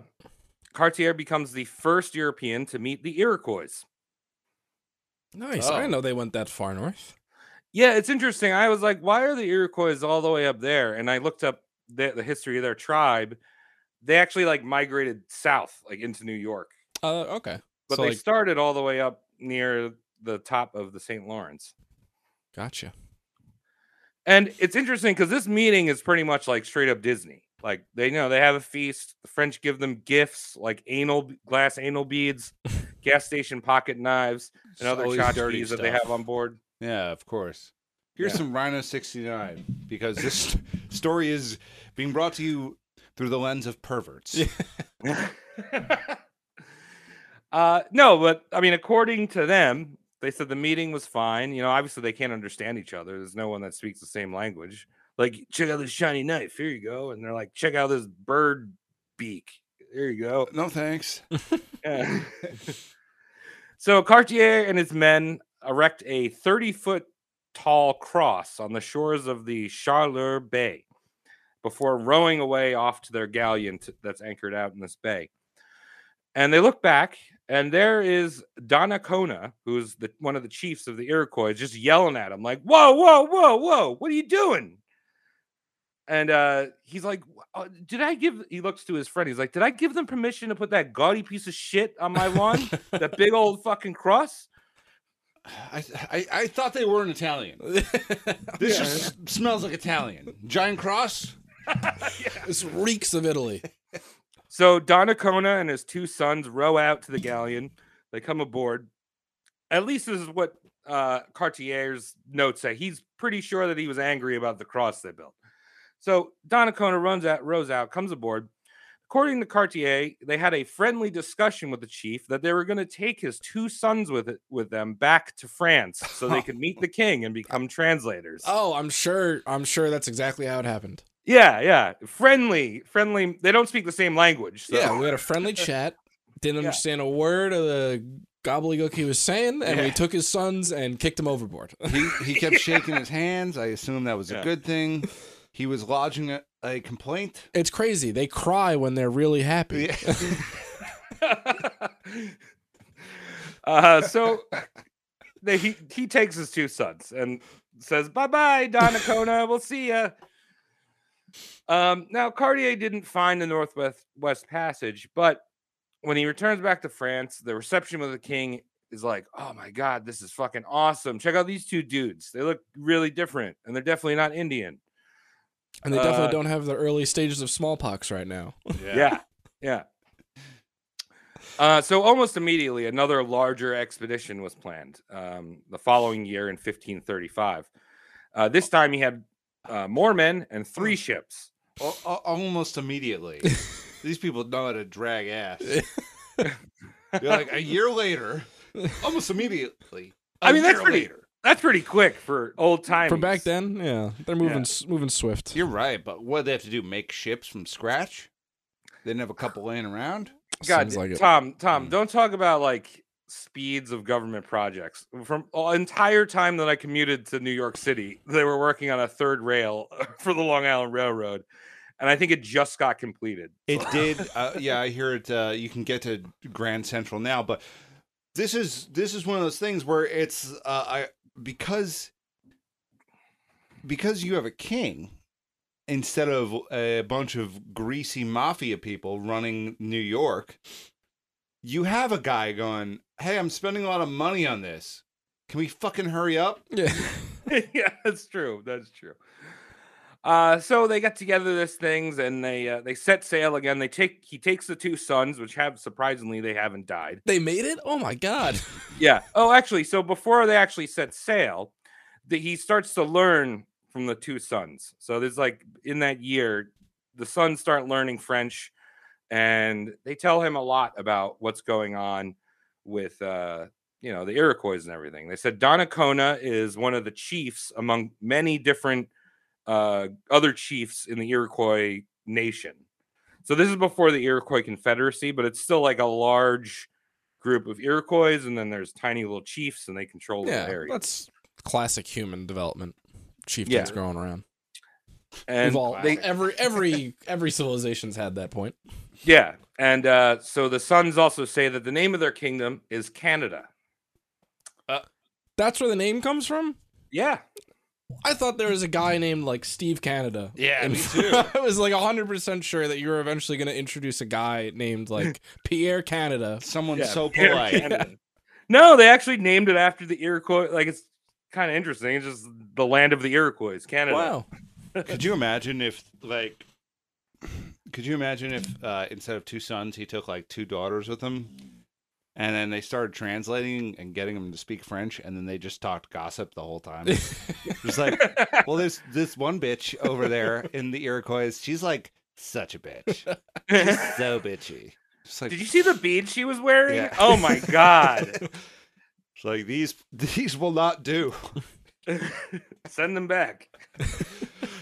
Cartier becomes the first European to meet the Iroquois.
Nice.
Oh.
I didn't know they went that far north.
Yeah, it's interesting. I was like, why are the Iroquois all the way up there? And I looked up the, the history of their tribe. They actually like migrated south, like into New York,
Uh, okay.
but
so
they
like,
started all the way up near the top of the St. Lawrence.
gotcha.
And it's interesting because this meeting is pretty much like straight up Disney. Like they you know they have a feast. The French give them gifts like anal b- glass anal beads, gas station pocket knives,
It's
and other
always dirty
tchotchkes that they have
stuff.
on board.
Yeah, of course. Here's
Yeah.
some Rhino 69 because this st- story is being brought to you through the lens of perverts.
Yeah.
uh, no, but I mean, according to them, they said the meeting was fine. You know, obviously they can't understand each other. There's no one that speaks the same language. Like, check out this shiny knife. Here you go. And they're like, check out this bird beak. Here you go.
No thanks.
Yeah. so Cartier and his men erect a 30 foot tall cross on the shores of the Charleur Bay before rowing away off to their galleon t- that's anchored out in this bay. And they look back, and there is Donnacona, who's the, one of the chiefs of the Iroquois, just yelling at him, like, Whoa, whoa, whoa, whoa, what are you doing? And uh, he's like, "Wh- uh, Did I give, he looks to his friend, he's like, Did I give them permission to put that gaudy piece of shit on my lawn? that big old fucking cross?
I, I, I thought they were an Italian. This just smells like Italian. Giant cross?
this reeks of Italy.
So Donnacona and his two sons row out to the galleon. They come aboard. At least this is what uh, Cartier's notes say. He's pretty sure that he was angry about the cross they built. So Donnacona runs out, rows out, comes aboard. According to Cartier, they had a friendly discussion with the chief that they were going to take his two sons with it, with them back to France so they could meet the king and become translators.
Oh, I'm sure. I'm sure that's exactly how it happened.
Yeah, yeah. Friendly, friendly. They don't speak the same language. So.
Yeah, Uh, we had a friendly chat. Didn't
Yeah.
understand a word of the gobbledygook he was saying, and we
Yeah.
took his sons and kicked him overboard.
He he kept shaking his hands. I assume that was a
Yeah.
good thing. He was lodging a, a complaint.
It's crazy. They cry when they're really happy.
uh, so they, he he takes his two sons and says bye bye Donnacona, we'll see ya. Um, now Cartier didn't find the Northwest West Passage, but when he returns back to France, the reception with the king is like, oh my god, this is fucking awesome. Check out these two dudes; they look really different, and they're definitely not Indian.
And they definitely
Uh,
don't have the early stages of smallpox right now.
yeah yeah uh, so almost immediately another larger expedition was planned um, the following year in 1535 uh, this time he had uh, more men and
Hmm.
three ships
Al- al- almost immediately. These people know how to drag ass. You're like a year later, almost immediately. I
I mean, that's pretty- that's pretty quick for old time
From back then, yeah, they're moving s moving swift.
You're right, but what did they have to do? Make ships from scratch? They didn't have a couple laying around.
god
Seems like it. Hmm.
tom tom
Mm.
don't talk about like speeds of government projects from all entire time that i commuted to new york city they were working on a third rail for the long island railroad and i think it just got completed
It did. Uh, yeah, I hear it. Uh, you can get to Grand Central now, but this is this is one of those things where it's uh, I because because you have a king instead of a bunch of greasy mafia people running New York. You have a guy going, "Hey, I'm spending a lot of money on this. Can we fucking hurry up?"
Yeah.
yeah, that's true. That's true. Uh, so they got together this things and they uh, they set sail again. They take he takes the two sons, which have surprisingly they haven't died.
They made it? Oh my god.
Yeah. Oh, actually, so before they actually set sail, the, he starts to learn from the two sons. So there's like in that year, the sons start learning French, and they tell him a lot about what's going on with uh, you know the Iroquois and everything. They said Donnacona is one of the chiefs among many different uh, other chiefs in the Iroquois nation. So this is before the Iroquois Confederacy, but it's still like a large group of Iroquois, and then there's tiny little chiefs, and they control the
yeah.
area.
That's classic human development. Chieftains
Yeah.
growing around.
And
We've all-
they,
every every every civilization's had that point.
yeah, and uh, so the sons also say that the name of their kingdom is Canada.
That's where the name comes from?
Yeah,
I thought there was a guy named like Steve Canada.
Yeah,
And I was like 100% sure that you were eventually going to introduce a guy named like Pierre Canada.
Someone
yeah,
so
Air
polite.
Canada. No, they actually named it after the Iroquois. Like it's kind of interesting. It's just the land of the Iroquois, Canada.
Wow.
Could you imagine if like could you imagine if uh, instead of two sons he took like two daughters with him and then they started translating and getting them to speak French and then they just talked gossip the whole time. just like well there's this one bitch over there in the Iroquois, she's like such a bitch. So bitchy. Just like
Did you see the bead she was wearing?
Yeah.
Oh my god!
it's like these these will not do.
Send them back.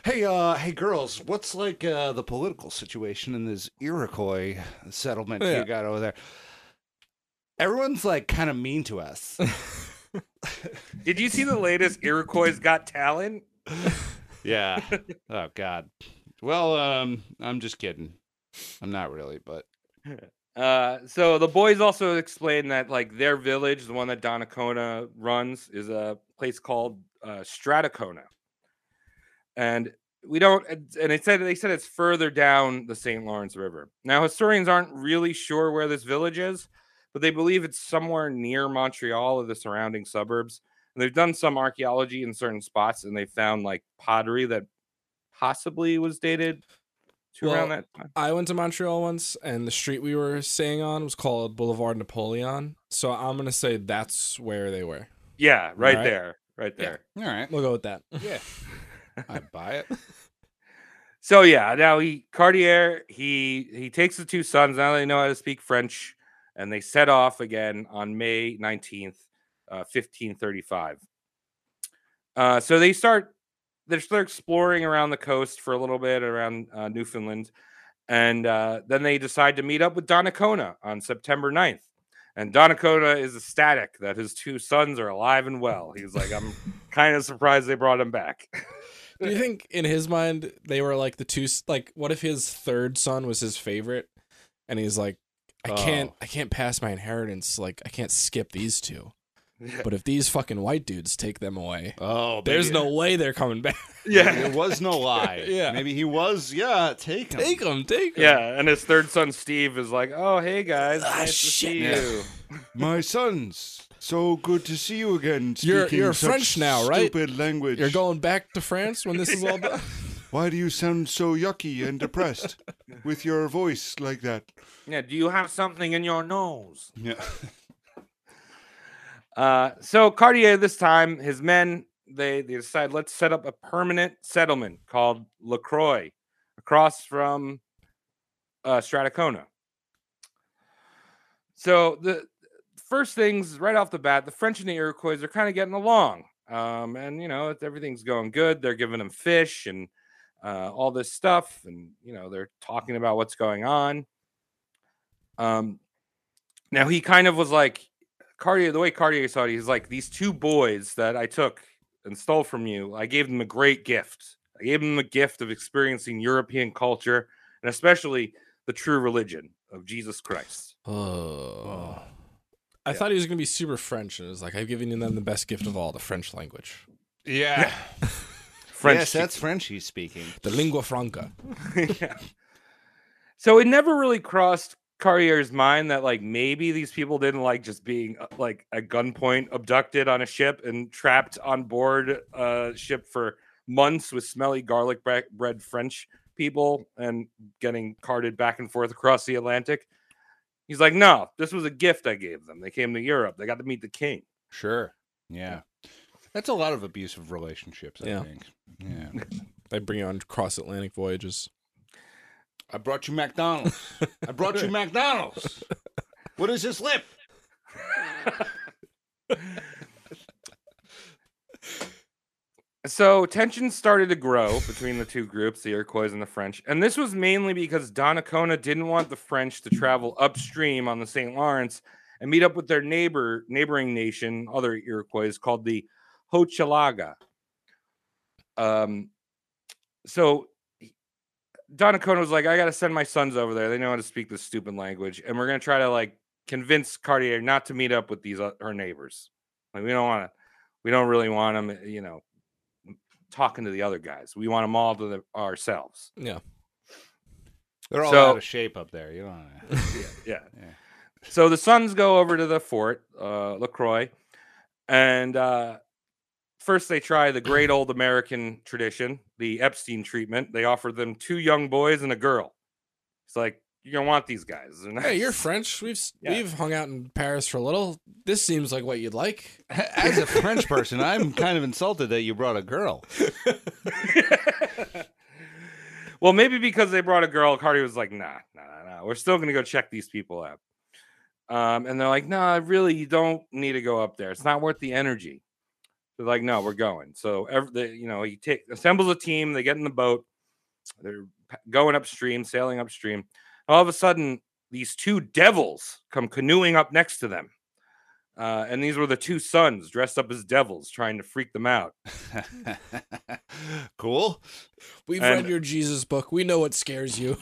Hey, uh, hey, girls, what's like uh, the political situation in this Iroquois settlement
Yeah.
you got over there? Everyone's like kind of mean to us.
Did you see the latest Iroquois Got Talent?
yeah. Oh God. Well, um, I'm just kidding. I'm not really, but
Uh, so the boys also explain that like their village, the one that Donnacona runs, is a place called uh, Stratacona, and we don't. And and it said they said it's further down the St. Lawrence River. Now historians aren't really sure where this village is, but they believe it's somewhere near Montreal or the surrounding suburbs. And they've done some archaeology in certain spots, and they found like pottery that possibly was dated to around
Well,
that time.
I went to Montreal once and the street we were staying on was called Boulevard Napoleon. So I'm going to say that's where they were.
Yeah, right,
right?
there, right there.
all right,
We'll go with that.
I buy it.
So yeah, now he Cartier he he takes the two sons. Now they know how to speak French, and they set off again on May nineteenth, uh, fifteen thirty-five. Uh, so they start they're still exploring around the coast for a little bit around uh, Newfoundland, and uh, then they decide to meet up with Donnacona on September 9th. And Donnacona is ecstatic that his two sons are alive and well. He's like, I'm kind of surprised they brought him back.
Do you think in his mind they were like the two? s- Like, what if his third son was his favorite, and he's like, I can't,
Oh.
I can't pass my inheritance. Like, I can't skip these two. But if these fucking white dudes take them away,
Oh,
there's no way they're coming back.
There was no lie.
Yeah.
Maybe he was. Yeah, take him.
take them, take them.
Yeah, and his third son Steve is like, "Oh, hey guys,
Ah,
nice to
shit.
see
Yeah.
you."
My sons, so good to see you again.
You're-
speaking
you're
such
French now, right?
Stupid language.
You're going back to France when this is all done.
Why do you sound so yucky and depressed with your voice like that?
Yeah, do you have something in your nose?
Yeah.
Uh, so Cartier, this time, his men they they decide let's set up a permanent settlement called Lacroix, across from uh, Stratacona. So the first things right off the bat, the French and the Iroquois are kind of getting along, um, and you know it's- everything's going good. They're giving them fish and uh, all this stuff, and you know they're talking about what's going on. Um, now he kind of was like, Cartier, the way Cartier saw it, he's like, these two boys that I took and stole from you, I gave them a great gift. I gave them a gift of experiencing European culture and especially the true religion of Jesus Christ.
Oh. I thought he was gonna be super French, and it was like I've given them the best gift of all, the French language,
Yeah.
French.
yes, that's French he's speaking.
the lingua franca.
yeah. So it never really crossed Cartier's mind that like maybe these people didn't like just being uh, like at gunpoint abducted on a ship and trapped on board a ship for months with smelly garlic bre- bread French people and getting carted back and forth across the Atlantic. He's like, no, this was a gift I gave them. They came to Europe. They got to meet the king.
Sure. Yeah. That's a lot of abusive relationships, I
Yeah.
think. Yeah.
They bring you on cross Atlantic voyages.
I brought you McDonald's. I brought you McDonald's. What is this lip?
So tensions started to grow between the two groups, the Iroquois and the French. And this was mainly because Donnacona didn't want the French to travel upstream on the St. Lawrence and meet up with their neighbor, neighboring nation, other Iroquois called the Hochelaga. Um, so he- Donnacona was like, I got to send my sons over there. They know how to speak this stupid language. And we're going to try to like convince Cartier not to meet up with these, uh, her neighbors. Like, we don't want to, we don't really want them, you know, talking to the other guys. We want them all to the, ourselves.
Yeah.
They're all
So-
out of shape up there. You don't wanna-
Yeah.
Yeah.
So the sons go over to the fort, uh, LaCroix, and uh, first they try the great old American tradition, the Epstein treatment. They offer them two young boys and a girl. It's like, you're going to want these guys. They're
Hey, you're
nice."
French. We've s
Yeah.
we've hung out in Paris for a little. This seems like what you'd like.
As a French person, I'm kind of insulted that you brought a girl.
well, maybe because they brought a girl, Cardi was like, nah, nah, nah, nah. We're still gonna go check these people out. Um, and they're like, nah, really, you don't need to go up there. It's not worth the energy. They're like, no, we're going. So every, the, you know, he take, assembles a team. They get in the boat. They're p- going upstream, sailing upstream. All of a sudden, these two devils come canoeing up next to them. Uh, and these were the two sons dressed up as devils trying to freak them out.
cool.
We've
And-
read your Jesus book. We know what scares you.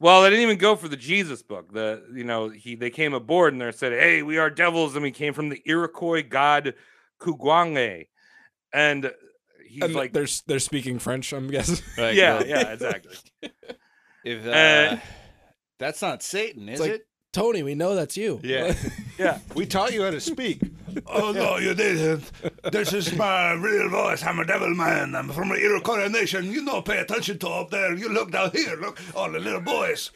Well, they didn't even go for the Jesus book. The you know he they came aboard and they said, "Hey, we are devils, and we came from the Iroquois god Kugwange," and he's
And
like,
they're s- they're speaking French. I'm guessing.
Like,
"Yeah,
well,
yeah, exactly."
If uh,
Uh,
that's not Satan, is
like-
it?
Tony, we know that's you.
Yeah.
Yeah.
We taught you how to speak. oh no, you didn't. This is my real voice. I'm a devil man. I'm from the Iroquois nation. You don't pay attention to up there. You look down here. Look, all the little boys.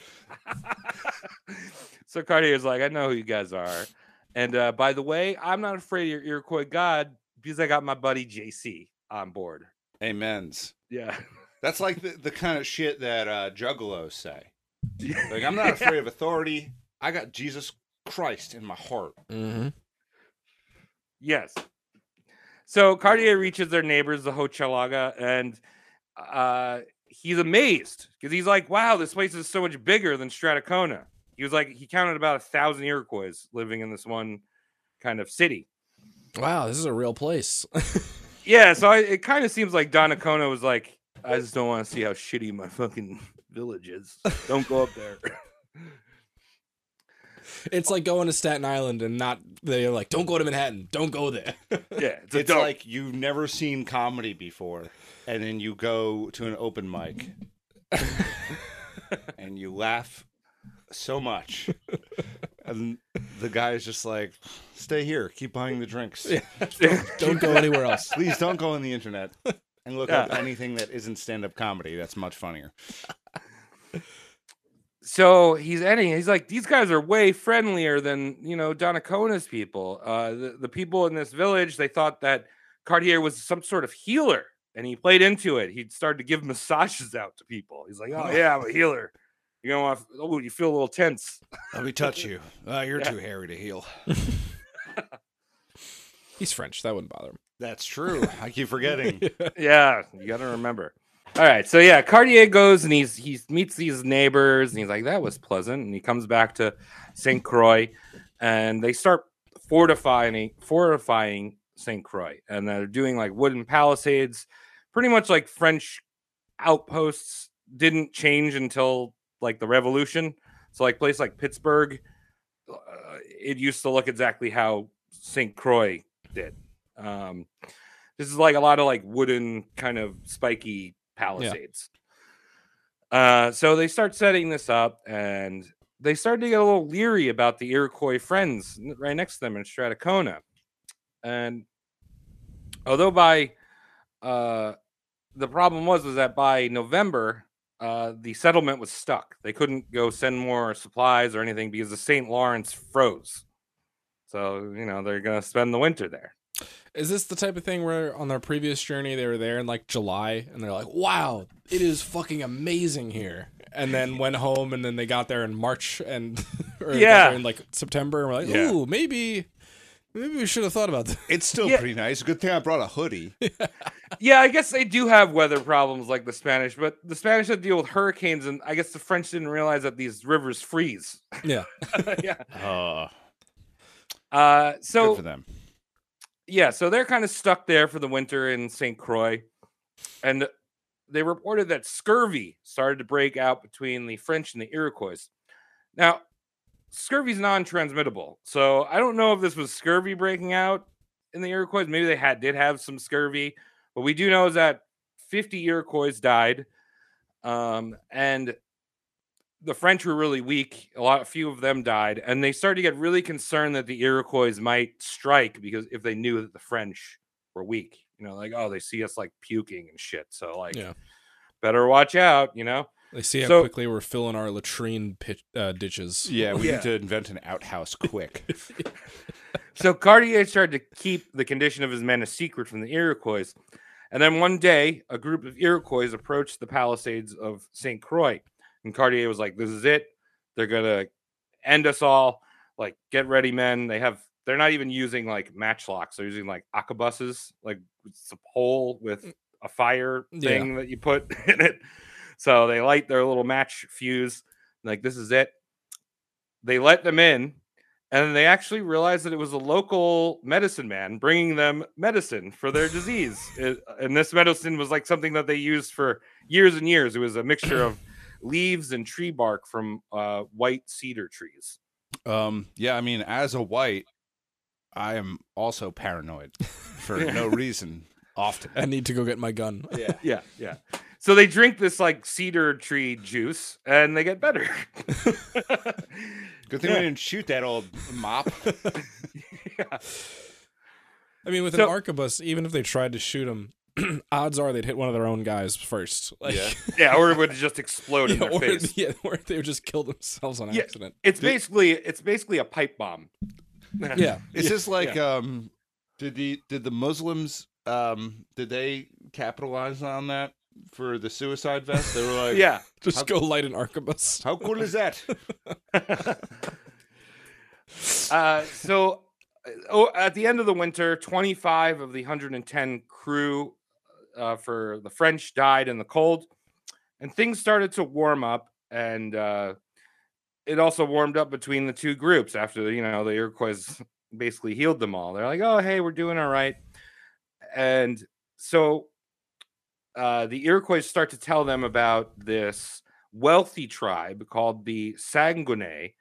So Cartier's like, "I know who you guys are," and uh, by the way, I'm not afraid of your Iroquois god because I got my buddy JC on board.
Amens.
Yeah.
That's like the, the kind of shit that uh, juggalos say. Like, I'm not afraid of authority. I got Jesus Christ in my heart.
Mm-hmm.
Yes. So Cartier reaches their neighbors, the Hochalaga, and uh, he's amazed because he's like, wow, this place is so much bigger than Stratacona. He was like, he counted about a thousand Iroquois living in this one kind of city.
Wow, this is a real place.
Yeah, so I, it kind of seems like Donacona was like, I just don't want to see how shitty my fucking village is. Don't go up there.
it's like going to Staten Island and not they're like, don't go to Manhattan, don't go there.
Yeah, it's, a
It's
dump.
like you've never seen comedy before, and then you go to an open mic and you laugh so much. And the guy's just like, stay here, keep buying the drinks.
don't go anywhere else.
Please don't go on the internet and look up
Yeah.
anything that isn't stand up comedy. That's much funnier.
so he's ending. it. He's like, these guys are way friendlier than you know Donacona's people. Uh, the, the people in this village, they thought that Cartier was some sort of healer, and he played into it. He started to give massages out to people. He's like, oh yeah, I'm a healer. You know, I- oh, you feel a little tense.
Let me touch you. Uh, you're
Yeah.
too hairy to heal.
He's French, that wouldn't bother him.
That's true. I keep forgetting.
yeah, you gotta remember. All right, so yeah, Cartier goes and he's he meets these neighbors and he's like, that was pleasant. And he comes back to Saint Croix and they start fortifying fortifying Saint Croix and they're doing like wooden palisades, pretty much like French outposts didn't change until like the revolution. So like place like Pittsburgh, uh, it used to look exactly how Saint Croix did. Um, this is like a lot of like wooden kind of spiky palisades. Uh, so they start setting this up and they start to get a little leery about the Iroquois friends n- right next to them in Stratacona. And although by uh, the problem was was that by November uh, the settlement was stuck. They couldn't go send more supplies or anything because the St. Lawrence froze. So, you know, they're going to spend the winter there.
Is this the type of thing where on their previous journey they were there in like July and they're like, wow, it is fucking amazing here. And then went home and then they got there in March and or got
Yeah.
there in like September and we're like,
Yeah.
ooh, maybe maybe we should have thought about this.
It's still
Yeah.
pretty nice. Good thing I brought a hoodie.
yeah, I guess they do have weather problems like the Spanish, but the Spanish had to deal with hurricanes, and I guess the French didn't realize that these rivers freeze.
Yeah.
yeah.
Uh,
Uh,
good
so
for them.
yeah, so they're kind of stuck there for the winter in St. Croix. And they reported that scurvy started to break out between the French and the Iroquois. Now, scurvy's non-transmittable. So I don't know if this was scurvy breaking out in the Iroquois. Maybe they had did have some scurvy. What we do know is that 50 Iroquois died. Um, and the French were really weak. A lot, a few of them died, and they started to get really concerned that the Iroquois might strike because if they knew that the French were weak, you know, like oh, they see us like puking and shit, so like,
Yeah.
better watch out, you know.
They see how
So-
quickly we're filling our latrine pit, uh, ditches.
Yeah, we
Yeah.
need to invent an outhouse quick.
So Cartier started to keep the condition of his men a secret from the Iroquois. And then one day, a group of Iroquois approached the palisades of St. Croix. And Cartier was like, This is it. They're going to end us all. Like, get ready, men. They have, they're not even using like matchlocks. They're using like arquebuses, like it's a pole with a fire
Yeah.
thing that you put in it. So they light their little match fuse. Like, this is it. They let them in and they actually realized that it was a local medicine man bringing them medicine for their disease It- and this medicine was like something that they used for years and years it was a mixture of leaves and tree bark from uh, white cedar trees
Um, yeah, I mean, as a white, I am also paranoid for no reason often.
I need to go get my gun.
Yeah.
yeah yeah so they drink this like cedar tree juice and they get better
Good thing
Yeah.
we didn't shoot that old mop.
I mean, with
So-
an arquebus, even if they tried to shoot him, odds are they'd hit one of their own guys first. Like,
Yeah.
yeah or it would just explode in
yeah,
their
or,
face
yeah, or they would just kill themselves on
Yeah.
accident.
it's basically it's basically a pipe bomb
Yeah.
It's just like um did the did the Muslims um did they capitalize on that for the suicide vest. They were like,
yeah.
Just go light an arquebus.
How cool is that?
uh, so uh, oh, at the end of the winter, 25 of the 110 crew uh, for the French died in the cold, and things started to warm up. And uh, it also warmed up between the two groups after you know the Iroquois basically healed them all. They're like, "Oh, hey, we're doing all right," and so uh, the Iroquois start to tell them about this wealthy tribe called the Saguenay,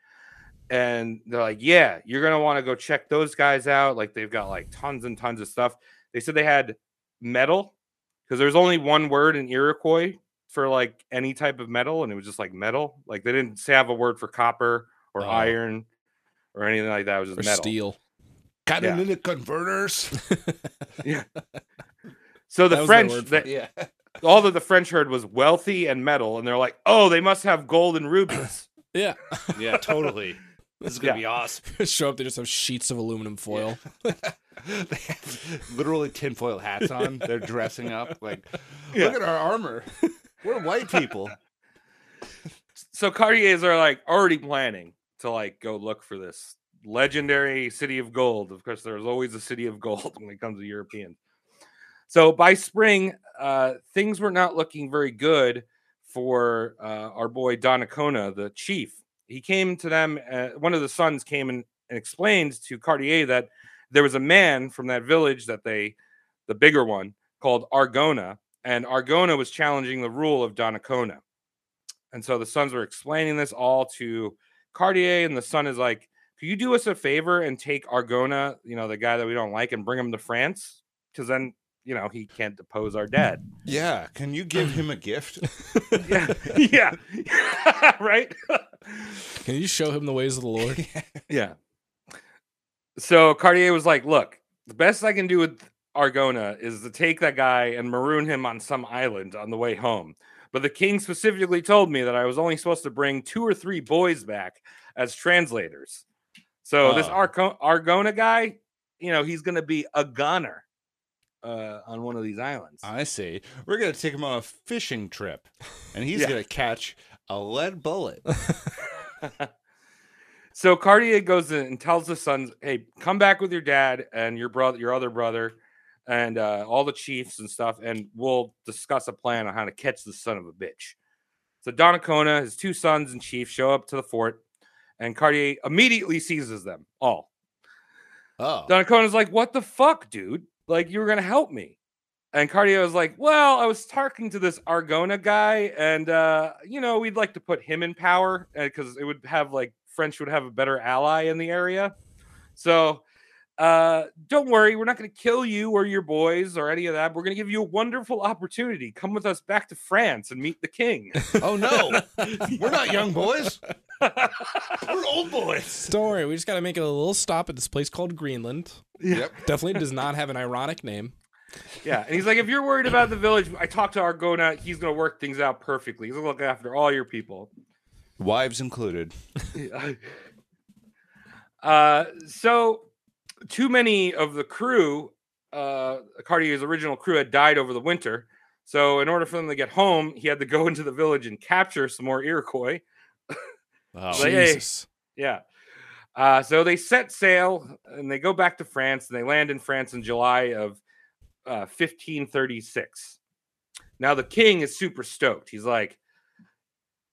and they're like, "Yeah, you're gonna want to go check those guys out. Like they've got like tons and tons of stuff." They said they had metal because there's only one word in Iroquois for like any type of metal, and it was just like metal. Like they didn't say have a word for copper or
Oh.
iron or anything like that. It was just
Or
metal.
steel.
Catalytic converters.
So the
That was their
French,
word for
they-
it.
yeah.
all that the French heard was wealthy and metal, and they're like, "Oh, they must have gold and rubies."
Yeah.
Yeah, totally. This is gonna
Yeah.
be awesome.
Show up, they just have sheets of aluminum foil.
they have literally tinfoil hats on. They're dressing up like,
Yeah.
look at our armor. We're white people.
so Cartiers are like already planning to like go look for this legendary city of gold. Of course, there's always a city of gold when it comes to Europeans. So by spring, uh, things were not looking very good for uh, our boy Donnacona, the chief. He came to them. Uh, one of the sons came and, and explained to Cartier that there was a man from that village that they, the bigger one, called Argona, and Argona was challenging the rule of Donnacona. And so the sons were explaining this all to Cartier, and the son is like, "Could you do us a favor and take Argona, you know, the guy that we don't like, and bring him to France? Because then, you know, he can't depose our dad."
Yeah. Can you give him a gift?
yeah, yeah, right.
Can you show him the ways of the Lord?
yeah. So Cartier was like, "Look, the best I can do with Argona is to take that guy and maroon him on some island on the way home." But the king specifically told me that I was only supposed to bring two or three boys back as translators. So this
Oh.
Arco- Argona guy, you know, he's going to be a gunner uh, on one of these islands.
I see. We're going to take him on a fishing trip, and he's
Yeah.
going to catch a lead bullet.
so Cartier goes in and tells the sons, "Hey, come back with your dad and your brother, your other brother, and uh, all the chiefs and stuff, and we'll discuss a plan on how to catch the son of a bitch." So Donnacona, his two sons and chief show up to the fort, and Cartier immediately seizes them all.
Oh.
Donnacona's like, "What the fuck, dude? Like, you were gonna help me." And Cardio was like, "Well, I was talking to this Argona guy, and uh, you know, we'd like to put him in power because it would have like French would have a better ally in the area. So, uh, don't worry, we're not gonna kill you or your boys or any of that. We're gonna give you a wonderful opportunity. Come with us back to France and meet the king."
oh, no. We're not young boys. We're old boys.
Don't worry, we just got to make a little stop at this place called Greenland.
Yep.
Definitely does not have an ironic name.
Yeah, and he's like, if you're worried about the village, I talked to Argona. He's gonna work things out perfectly. He's gonna look after all your people.
Wives included.
Uh, so too many of the crew, uh, Cartier's original crew had died over the winter. So in order for them to get home, he had to go into the village and capture some more Iroquois.
Oh.
Wow.
Like- hey.
Jesus.
Yeah. Uh, so they set sail and they go back to France and they land in France in July of uh, 1536. Now the king is super stoked. He's like,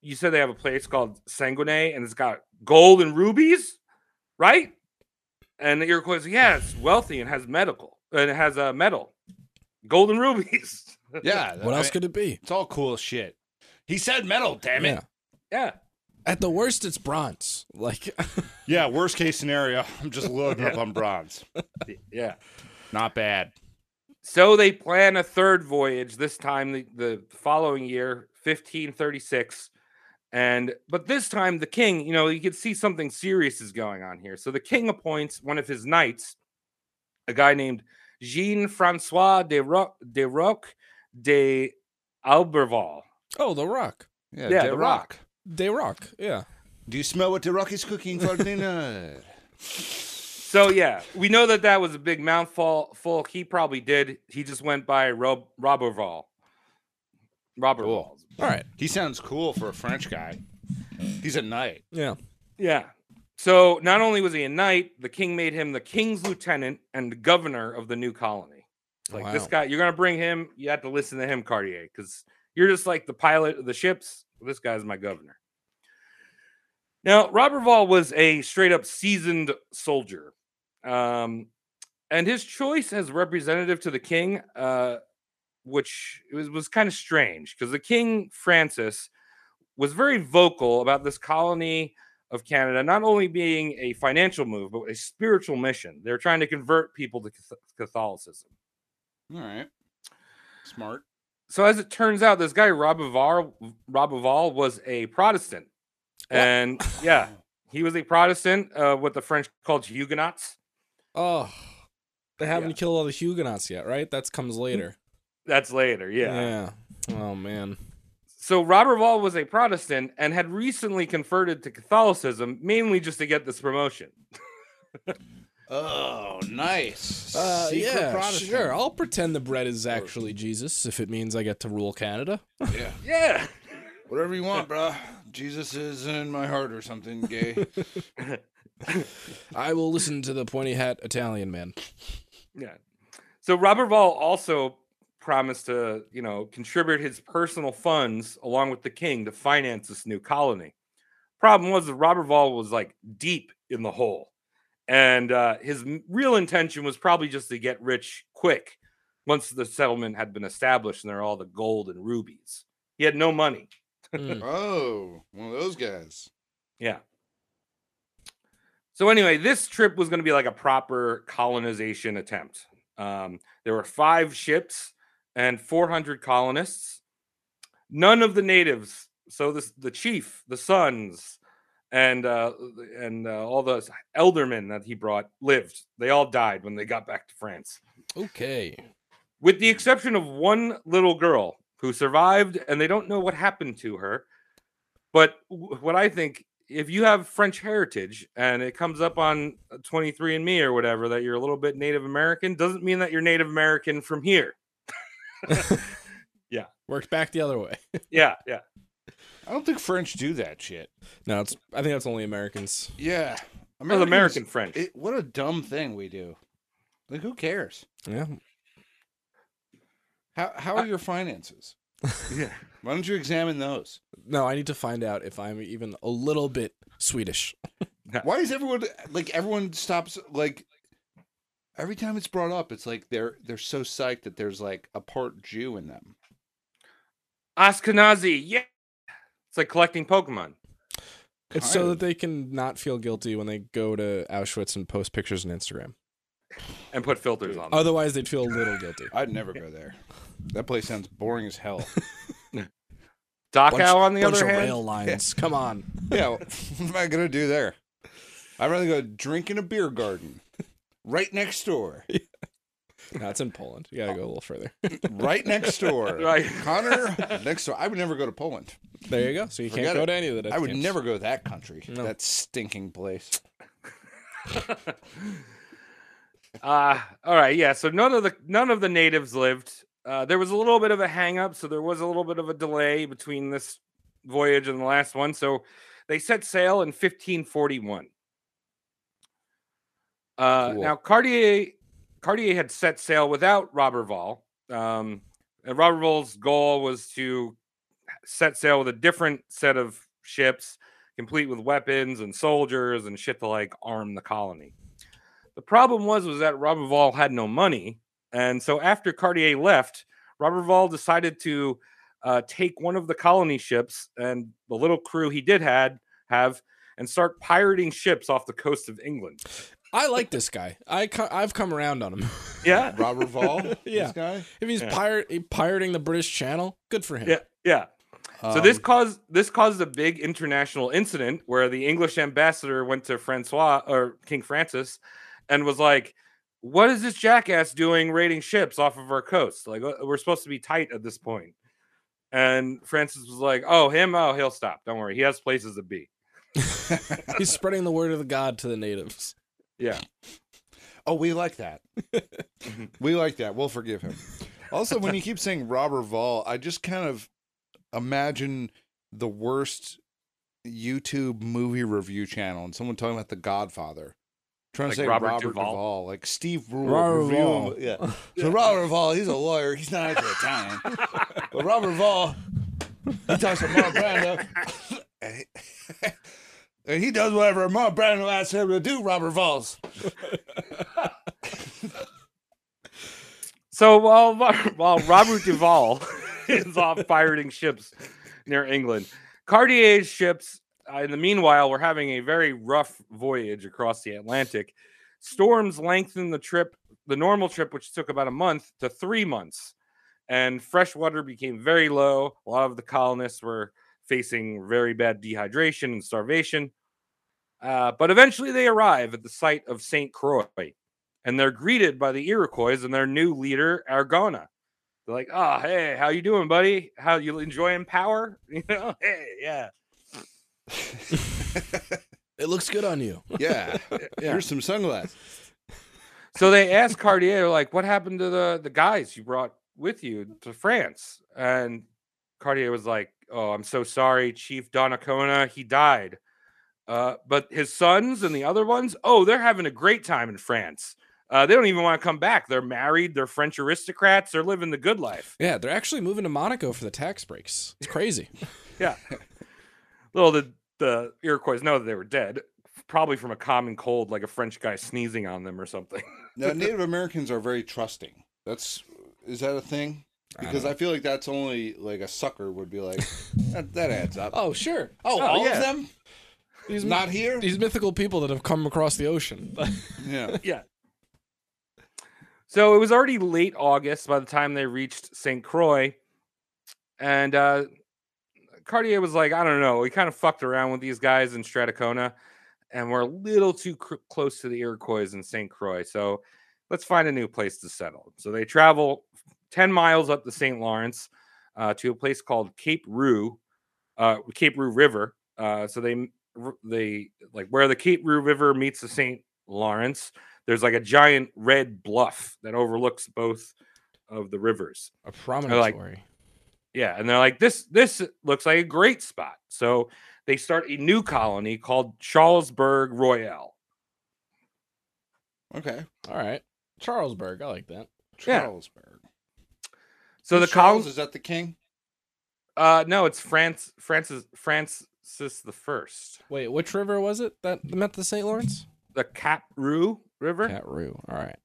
You said they have a place called Sanguinay and it's got gold and rubies, right? And the Iroquois, is, yeah, it's wealthy and has medical and it has a uh, metal, gold and rubies.
Yeah.
What else could it be?
It's all cool shit. He said metal, damn
Yeah.
yeah.
At the worst, it's bronze. Like,
Yeah, worst case scenario, I'm just loading up on bronze.
Yeah.
Not bad.
So they plan a third voyage this time the, the following year, 1536. And but this time the king, you know, you could see something serious is going on here. So the king appoints one of his knights, a guy named Jean Francois de Ro- de Roque de Alberval.
oh, the rock.
Yeah,
Yeah,
De
The
Rock.
They rock. Yeah.
Do you smell what The Rock is cooking for dinner?
So yeah, we know that that was a big mouthful. Full, he probably did. He just went by Rob Roberval. Robert
Cool.
Walls.
All right.
He sounds cool for a French guy. He's a knight.
Yeah.
Yeah. So not only was he a knight, the king made him the king's lieutenant and governor of the new colony. It's Like this
Wow.
guy, you're gonna bring him. You have to listen to him, Cartier, because you're just like the pilot of the ships. This guy's my governor. Now, Robert Vall was a straight up seasoned soldier, um, and his choice as representative to the king, uh, which was, was kind of strange because the king Francis was very vocal about this colony of Canada not only being a financial move, but a spiritual mission. They're trying to convert people to Cath- Catholicism.
All right. Smart.
So, as it turns out, this guy, Robivar, Robival, was a Protestant. And yeah, he was a Protestant, uh, what the French called Huguenots.
Oh, they haven't
Yeah.
killed all the Huguenots yet, right? That comes later.
That's later, yeah.
Yeah. Oh man.
So Robert Wall was a Protestant and had recently converted to Catholicism, mainly just to get this promotion.
Oh, nice.
Uh,
Secret
yeah,
Protestant.
sure. I'll pretend the bread is actually Jesus if it means I get to rule Canada.
Yeah.
Yeah.
Whatever you want, bruh. Jesus is in my heart or something, gay.
I will listen to the pointy hat Italian man.
Yeah. So Robert Vall also promised to, you know, contribute his personal funds along with the king to finance this new colony. Problem was that Robert Vall was like deep in the hole. And uh, his m- real intention was probably just to get rich quick once the settlement had been established and there were all the gold and rubies. He had no money.
Mm.
oh, one of those guys.
Yeah. So anyway, this trip was going to be like a proper colonization attempt. Um, there were five ships and 400 colonists. None of the natives. So this the chief, the sons, and uh, and uh, all the eldermen that he brought lived. They all died when they got back to France
Okay.
with the exception of one little girl who survived and they don't know what happened to her but w- what i think if you have french heritage and it comes up on uh, 23andme or whatever that you're a little bit native american doesn't mean that you're native american from here
Worked back the other way.
yeah yeah
I don't think French do that shit.
No, it's. I think that's only Americans.
Yeah.
That was american
Americans-
french
It, what a dumb thing we do. Like, who cares?
Yeah.
How, how are your finances?
yeah
Why don't you examine those?
No, I need to find out if I'm even a little bit Swedish.
Why is everyone like everyone stops like every time it's brought up? It's like they're they're so psyched that there's like a part Jew in them.
ashkenazi yeah it's like collecting pokemon
It's
Kind
so
of.
that they can not feel guilty when they go to Auschwitz and post pictures on Instagram.
and put filters on them.
Otherwise, they'd feel a little guilty.
I'd never go there. That place sounds boring as hell.
Dachau,
Bunch-
on the
bunch
other
of
hand,
rail lines. Come on.
yeah, what am I gonna do there? I'd rather go drink in a beer garden right next door.
That's in Poland. You gotta go a little further.
Right next door.
Right.
Connor next door. I would never go to Poland.
There you go. So you
Forget
can't go
it.
to any of the. death
I would
camps.
never go to that country.
No.
That stinking place.
uh all right yeah so none of the none of the natives lived uh there was a little bit of a hang up so there was a little bit of a delay between this voyage and the last one so they set sail in 1541 uh
Cool.
now cartier cartier had set sail without roberval um and roberval's goal was to set sail with a different set of ships complete with weapons and soldiers and shit to like arm the colony the problem was was that Roberval had no money, and so after Cartier left, Roberval decided to uh, take one of the colony ships and the little crew he did had have and start pirating ships off the coast of England.
I like this guy. I co- I've come around on him.
Yeah,
Robert Vall?
Yeah.
This guy?
If he's
Yeah.
pirate pirating the British Channel, good for him.
yeah, yeah. So this
Um,
caused this caused a big international incident where the English ambassador went to Francois or King Francis and was like, "What is this jackass doing raiding ships off of our coast? Like uh, we're supposed to be tight at this point." And Francis was like, "Oh, him? Oh, he'll stop. Don't worry. He has places to be."
He's spreading the word of the God to the natives.
Yeah.
Oh, we like that. Mm-hmm. we like that. We'll forgive him. Also, when you keep saying Robert Vall, I just kind of imagine the worst YouTube movie review channel and someone talking about The Godfather. Trying
Like
to say
Robert
Robert,
Duvall?
Duvall. like Steve
Robert
Brewer. review him.
Duvall.
Yeah. So Robert Duvall, he's a lawyer. He's not actually Italian. but Robert Duvall, he talks to Mark Brando. and, he, and he does whatever Mark Brando asks him to do, Robert Duvall's.
So while while Robert Duvall is off pirating ships near England, Cartier's ships, uh, in the meanwhile, were having a very rough voyage across the Atlantic. Storms lengthened the trip, the normal trip, which took about a month, to three months, and fresh water became very low. A lot of the colonists were facing very bad dehydration and starvation. Uh, but eventually, they arrive at the site of Saint Croix and they're greeted by the Iroquois and their new leader Argona. They're like, "Oh, hey, how you doing, buddy? How you enjoying power? You know, hey, yeah,
It looks good on you.
Yeah. Here's some sunglasses.
So they asked Cartier, like, what happened to the the guys you brought with you to France? And Cartier was like, Oh, I'm so sorry, Chief Donnacona, he died. Uh, but his sons and the other ones, oh, they're having a great time in France. Uh, they don't even want to come back. They're married. They're French aristocrats. They're living the good life.
Yeah, they're actually moving to Monaco for the tax breaks. It's crazy.
Little did the Iroquois know that they were dead, probably from a common cold, like a French guy sneezing on them or something.
Now, Native Americans are very trusting. That's is that a thing? Because I, feel like that's only like a sucker would be like, that, that adds up.
oh, sure.
Oh,
oh,
all
yeah.
of them?
These
Not here?
these mythical people that have come across the ocean.
Yeah.
So it was already late August by the time they reached St. Croix. And uh, Cartier was like, I don't know. We kind of fucked around with these guys in Stratacona, and we're a little too cr- close to the Iroquois in St. Croix. So let's find a new place to settle. So they travel 10 miles up the St. Lawrence uh, to a place called Cape Rue, uh, Cape Rue River. Uh, so they, m- r- they like where the Cape Rue River meets the St. Lawrence there's like a giant red bluff that overlooks both of the rivers.
A
like-
promontory.
Yeah, and they're like this this looks like a great spot. So they start a new colony called Charlesburg Royale.
Okay.
All right. Charlesburg. I like that.
Yeah.
Charlesburg.
So the
Charles
colony
is that the king?
uh no, it's France Francis Francis the 1st.
Wait, which river was it that met the St. Lawrence?
The Cap Rue River? Cap,
Cat Rue. All right.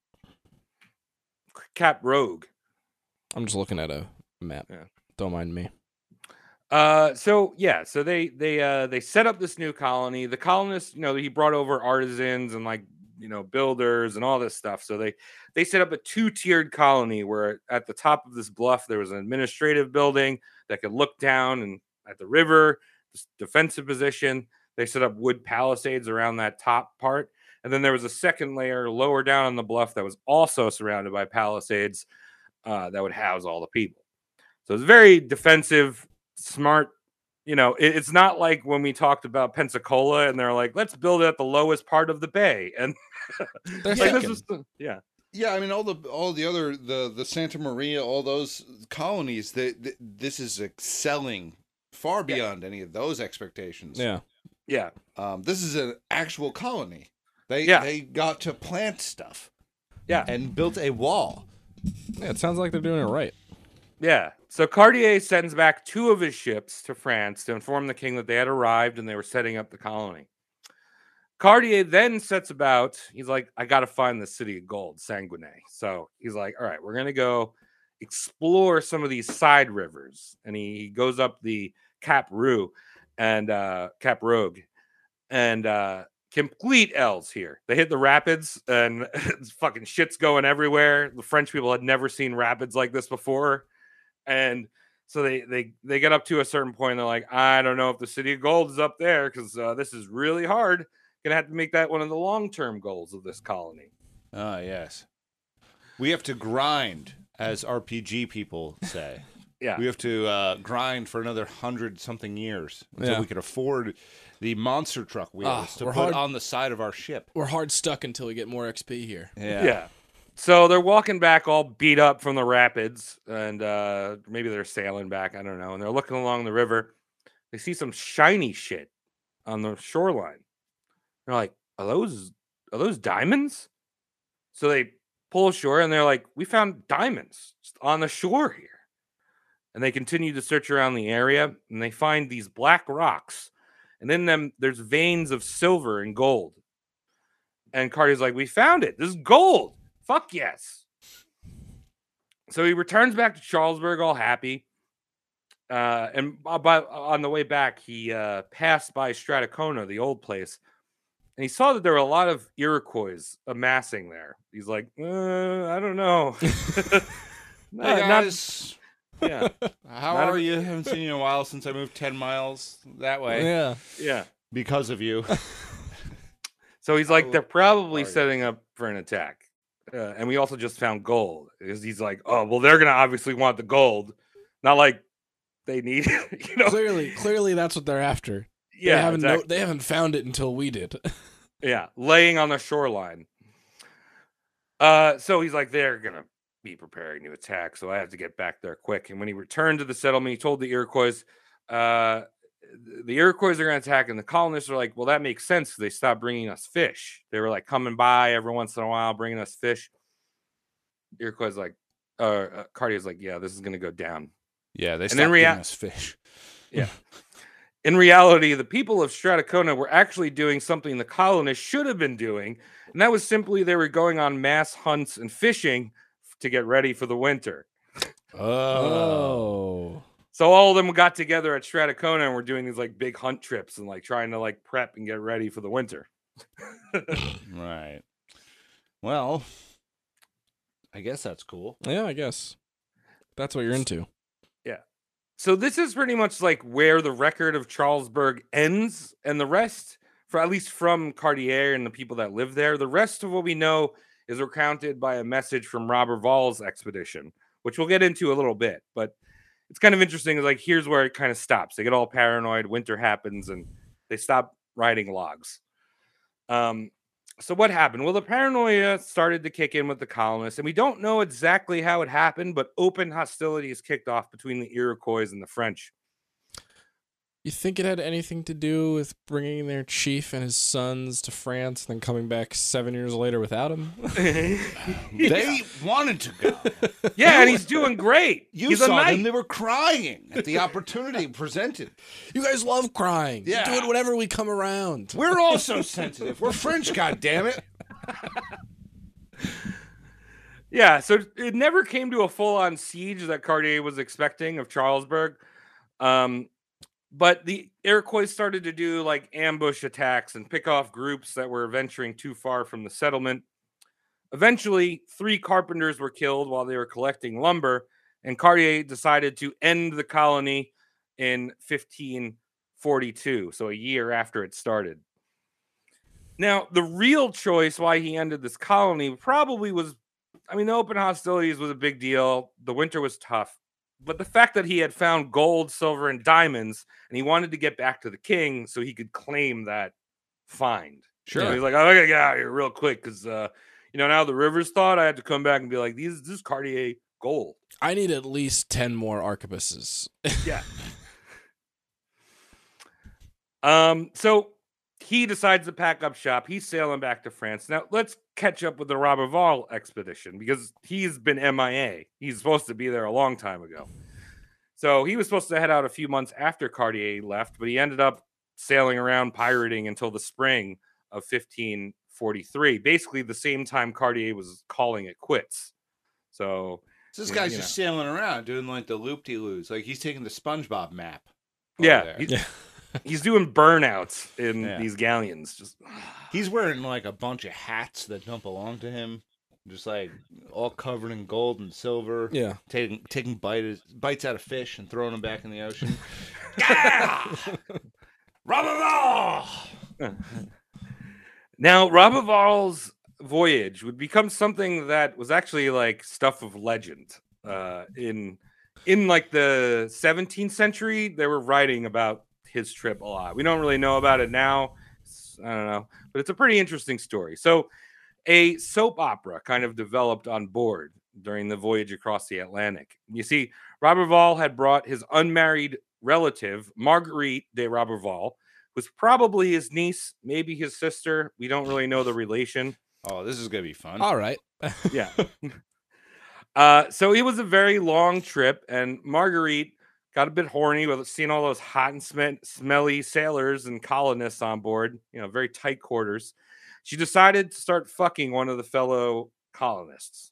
Rogue.
I'm just looking at a map.
Yeah.
Don't mind me.
Uh, so yeah, so they they uh they set up this new colony. The colonists, you know, he brought over artisans and like you know builders and all this stuff. So they they set up a two tiered colony where at the top of this bluff there was an administrative building that could look down and at the river, this defensive position. They set up wood palisades around that top part, and then there was a second layer lower down on the bluff that was also surrounded by palisades uh, that would house all the people. So it's very defensive, smart. You know, it, it's not like when we talked about Pensacola and they're like, let's build it at the lowest part of the bay. And
They're
like, this
thinking.
is the- yeah,
Yeah, I mean all the all the other the the Santa Maria, all those colonies. That th- this is excelling far beyond any of those expectations.
Yeah.
yeah.
Um, this is an actual colony. They
Yeah.
they got to plant stuff.
Yeah.
And built a wall.
Yeah, it sounds like they're doing it right.
Yeah. So Cartier sends back two of his ships to France to inform the king that they had arrived and they were setting up the colony. Cartier then sets about, he's like, I got to find the city of gold, Sanguinet. So he's like, all right, we're going to go explore some of these side rivers. And he, he goes up the Cap Rue and uh, Cap Rogue and uh, complete L's here. They hit the rapids and fucking shit's going everywhere. The French people had never seen rapids like this before and so they they they get up to a certain point and they're like i don't know if the city of gold is up there because uh, this is really hard gonna have to make that one of the long-term goals of this colony
Ah, yes. We have to grind, as RPG people say.
yeah
We have to uh, grind for another hundred something years until
Yeah.
we can afford the monster truck wheels
Ah,
to
we're
put
hard-
on the side of our ship.
We're hard stuck until we get more XP here.
yeah So they're walking back all beat up from the rapids, and uh, maybe they're sailing back. I don't know. And they're looking along the river. They see some shiny shit on the shoreline. They're like, "Are those are those diamonds?" So they pull ashore, and they're like, "We found diamonds just on the shore here." And they continue to search around the area, and they find these black rocks, and in them there's veins of silver and gold. And Cardi's like, "We found it. This is gold." Fuck yes. So he returns back to Charlesburg all happy. Uh, and uh, by, on the way back, he uh, passed by Stratacona, the old place, and he saw that there were a lot of Iroquois amassing there. He's like, uh, I don't know. No,
Hey
Uh, not-
guys,
yeah,
how
not
are
a-
you? Haven't seen you in a while since I moved ten miles that way
Yeah.
yeah.
because of you.
So he's like,
Oh,
How
they're probably
are you?"
setting up for an attack. Uh, and we also just found gold. Is he's like, oh well, they're gonna obviously want the gold, not like they need, it, you know?
Clearly, clearly that's what they're after.
yeah,
they haven't, no-
exactly.
they haven't found it until we did.
Yeah, laying on the shoreline. Uh, so he's like, they're gonna be preparing to attack, so I have to get back there quick. And when he returned to the settlement, he told the Iroquois, uh, th- the Iroquois are gonna attack, and the colonists are like, well, that makes sense. 'cause They stopped bringing us fish. They were like coming by every once in a while, bringing us fish. Iroquois like, uh, uh Cartier's like, yeah, this is gonna go down.
Yeah, they
then
stopped giving
react-
us fish.
In reality, the people of Stratacona were actually doing something the colonists should have been doing, and that was simply they were going on mass hunts and fishing to get ready for the winter.
Oh.
So all of them got together at Stratacona and were doing these like big hunt trips and like trying to like prep and get ready for the winter.
right. Well, I guess that's cool.
Yeah, I guess. That's what you're into.
So this is pretty much like where the record of Charlesburg ends, and the rest, for at least from Cartier and the people that live there, the rest of what we know is recounted by a message from Robert Vall's expedition, which we'll get into a little bit. But it's kind of interesting. Is like here's where it kind of stops. They get all paranoid. Winter happens, and they stop riding logs. Um, so what happened? Well, the paranoia started to kick in with the colonists, and we don't know exactly how it happened, but open hostilities kicked off between the Iroquois and the French.
You think it had anything to do with bringing their chief and his sons to France and then coming back seven years later without him?
They wanted to go.
Yeah, and he's doing great.
You
he's a
saw
knight.
them; they were crying at the opportunity presented.
you guys love crying. You
Yeah.
do it whenever we come around.
We're also sensitive. We're French, goddammit.
Yeah, so it never came to a full-on siege that Cartier was expecting of Charlesburg. Um, but the Iroquois started to do like ambush attacks and pick off groups that were venturing too far from the settlement. Eventually, three carpenters were killed while they were collecting lumber, and Cartier decided to end the colony in 1542, so a year after it started. Now, the real choice why he ended this colony probably was I mean, the open hostilities was a big deal. The winter was tough, but the fact that he had found gold, silver, and diamonds, and he wanted to get back to the king so he could claim that find.
Sure.
So he's like, I gotta get out of here real quick because, uh, you know, now the rivers thought I had to come back and be like, these this is Cartier gold.
I need at least 10 more arquebuses.
Um, so he decides to pack up shop. He's sailing back to France. Now let's catch up with the Robert Vall expedition because he's been MIA. He's supposed to be there a long time ago. So he was supposed to head out a few months after Cartier left, but he ended up sailing around pirating until the spring of 1543, basically the same time Cartier was calling it quits. So
So this
Yeah,
guy's
you
just sailing around doing like the loop de loos. Like he's taking the SpongeBob map. over
yeah,
there.
he-
Yeah.
he's doing burnouts in
Oh, Yeah.
these galleons. Just
he's wearing like a bunch of hats that don't belong to him, just like all covered in gold and silver.
Yeah.
Taking taking bites bites out of fish and throwing them back in the ocean.
Now, Roberval's voyage would become something that was actually like stuff of legend. Uh, in in like the 17th century, they were writing about his trip a lot. We don't really know about it now. s- I don't know, but it's a pretty interesting story. So, a soap opera kind of developed on board during the voyage across the Atlantic. You see, Roberval had brought his unmarried relative, Marguerite de Roberval, who's probably his niece, maybe his sister. We don't really know the relation.
Oh, this is gonna be fun.
All right.
Yeah. uh, so it was a very long trip, and Marguerite got a bit horny with seeing all those hot and sm- smelly sailors and colonists on board. You know, very tight quarters. She decided to start fucking one of the fellow colonists.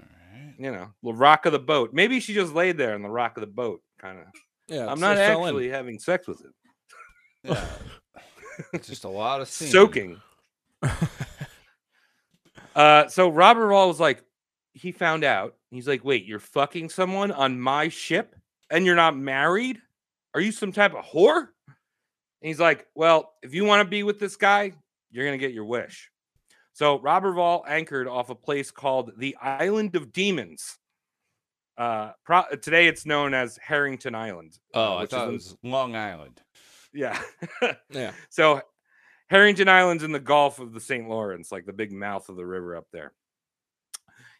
All right.
You know, the rock of the boat. Maybe she just laid there in the rock of the boat, kind of.
Yeah.
I'm
so
not
it fell in.
actually having sex with him.
Yeah. Just a lot of semen.
soaking. uh, so Robert Rawl was like, he found out. He's like, wait, you're fucking someone on my ship and you're not married? Are you some type of whore? And he's like, well, if you want to be with this guy, you're going to get your wish. So Robert Rawl anchored off a place called the Island of Demons. Uh, pro- today it's known as Harrington Island. uh,
Oh, I
which is
thought it
in-
was Long Island.
yeah.
Yeah.
So Harrington Island's in the Gulf of the St. Lawrence, like the big mouth of the river up there.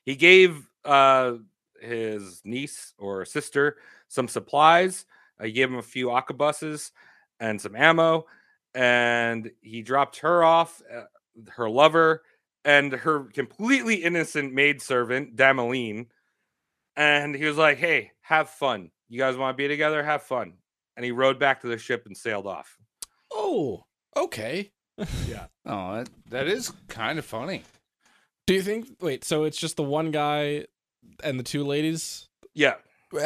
He gave uh, his niece or sister some supplies. Uh, he gave him a few aquabuses and some ammo, and he dropped her off, uh, her lover, and her completely innocent maidservant, Dameline. And he was like, hey, have fun. You guys want to be together? Have fun. And he rowed back to the ship and sailed off.
Oh. Okay.
Oh, that, that is kind of funny.
Do you think? Wait. So it's just the one guy and the two ladies.
Yeah.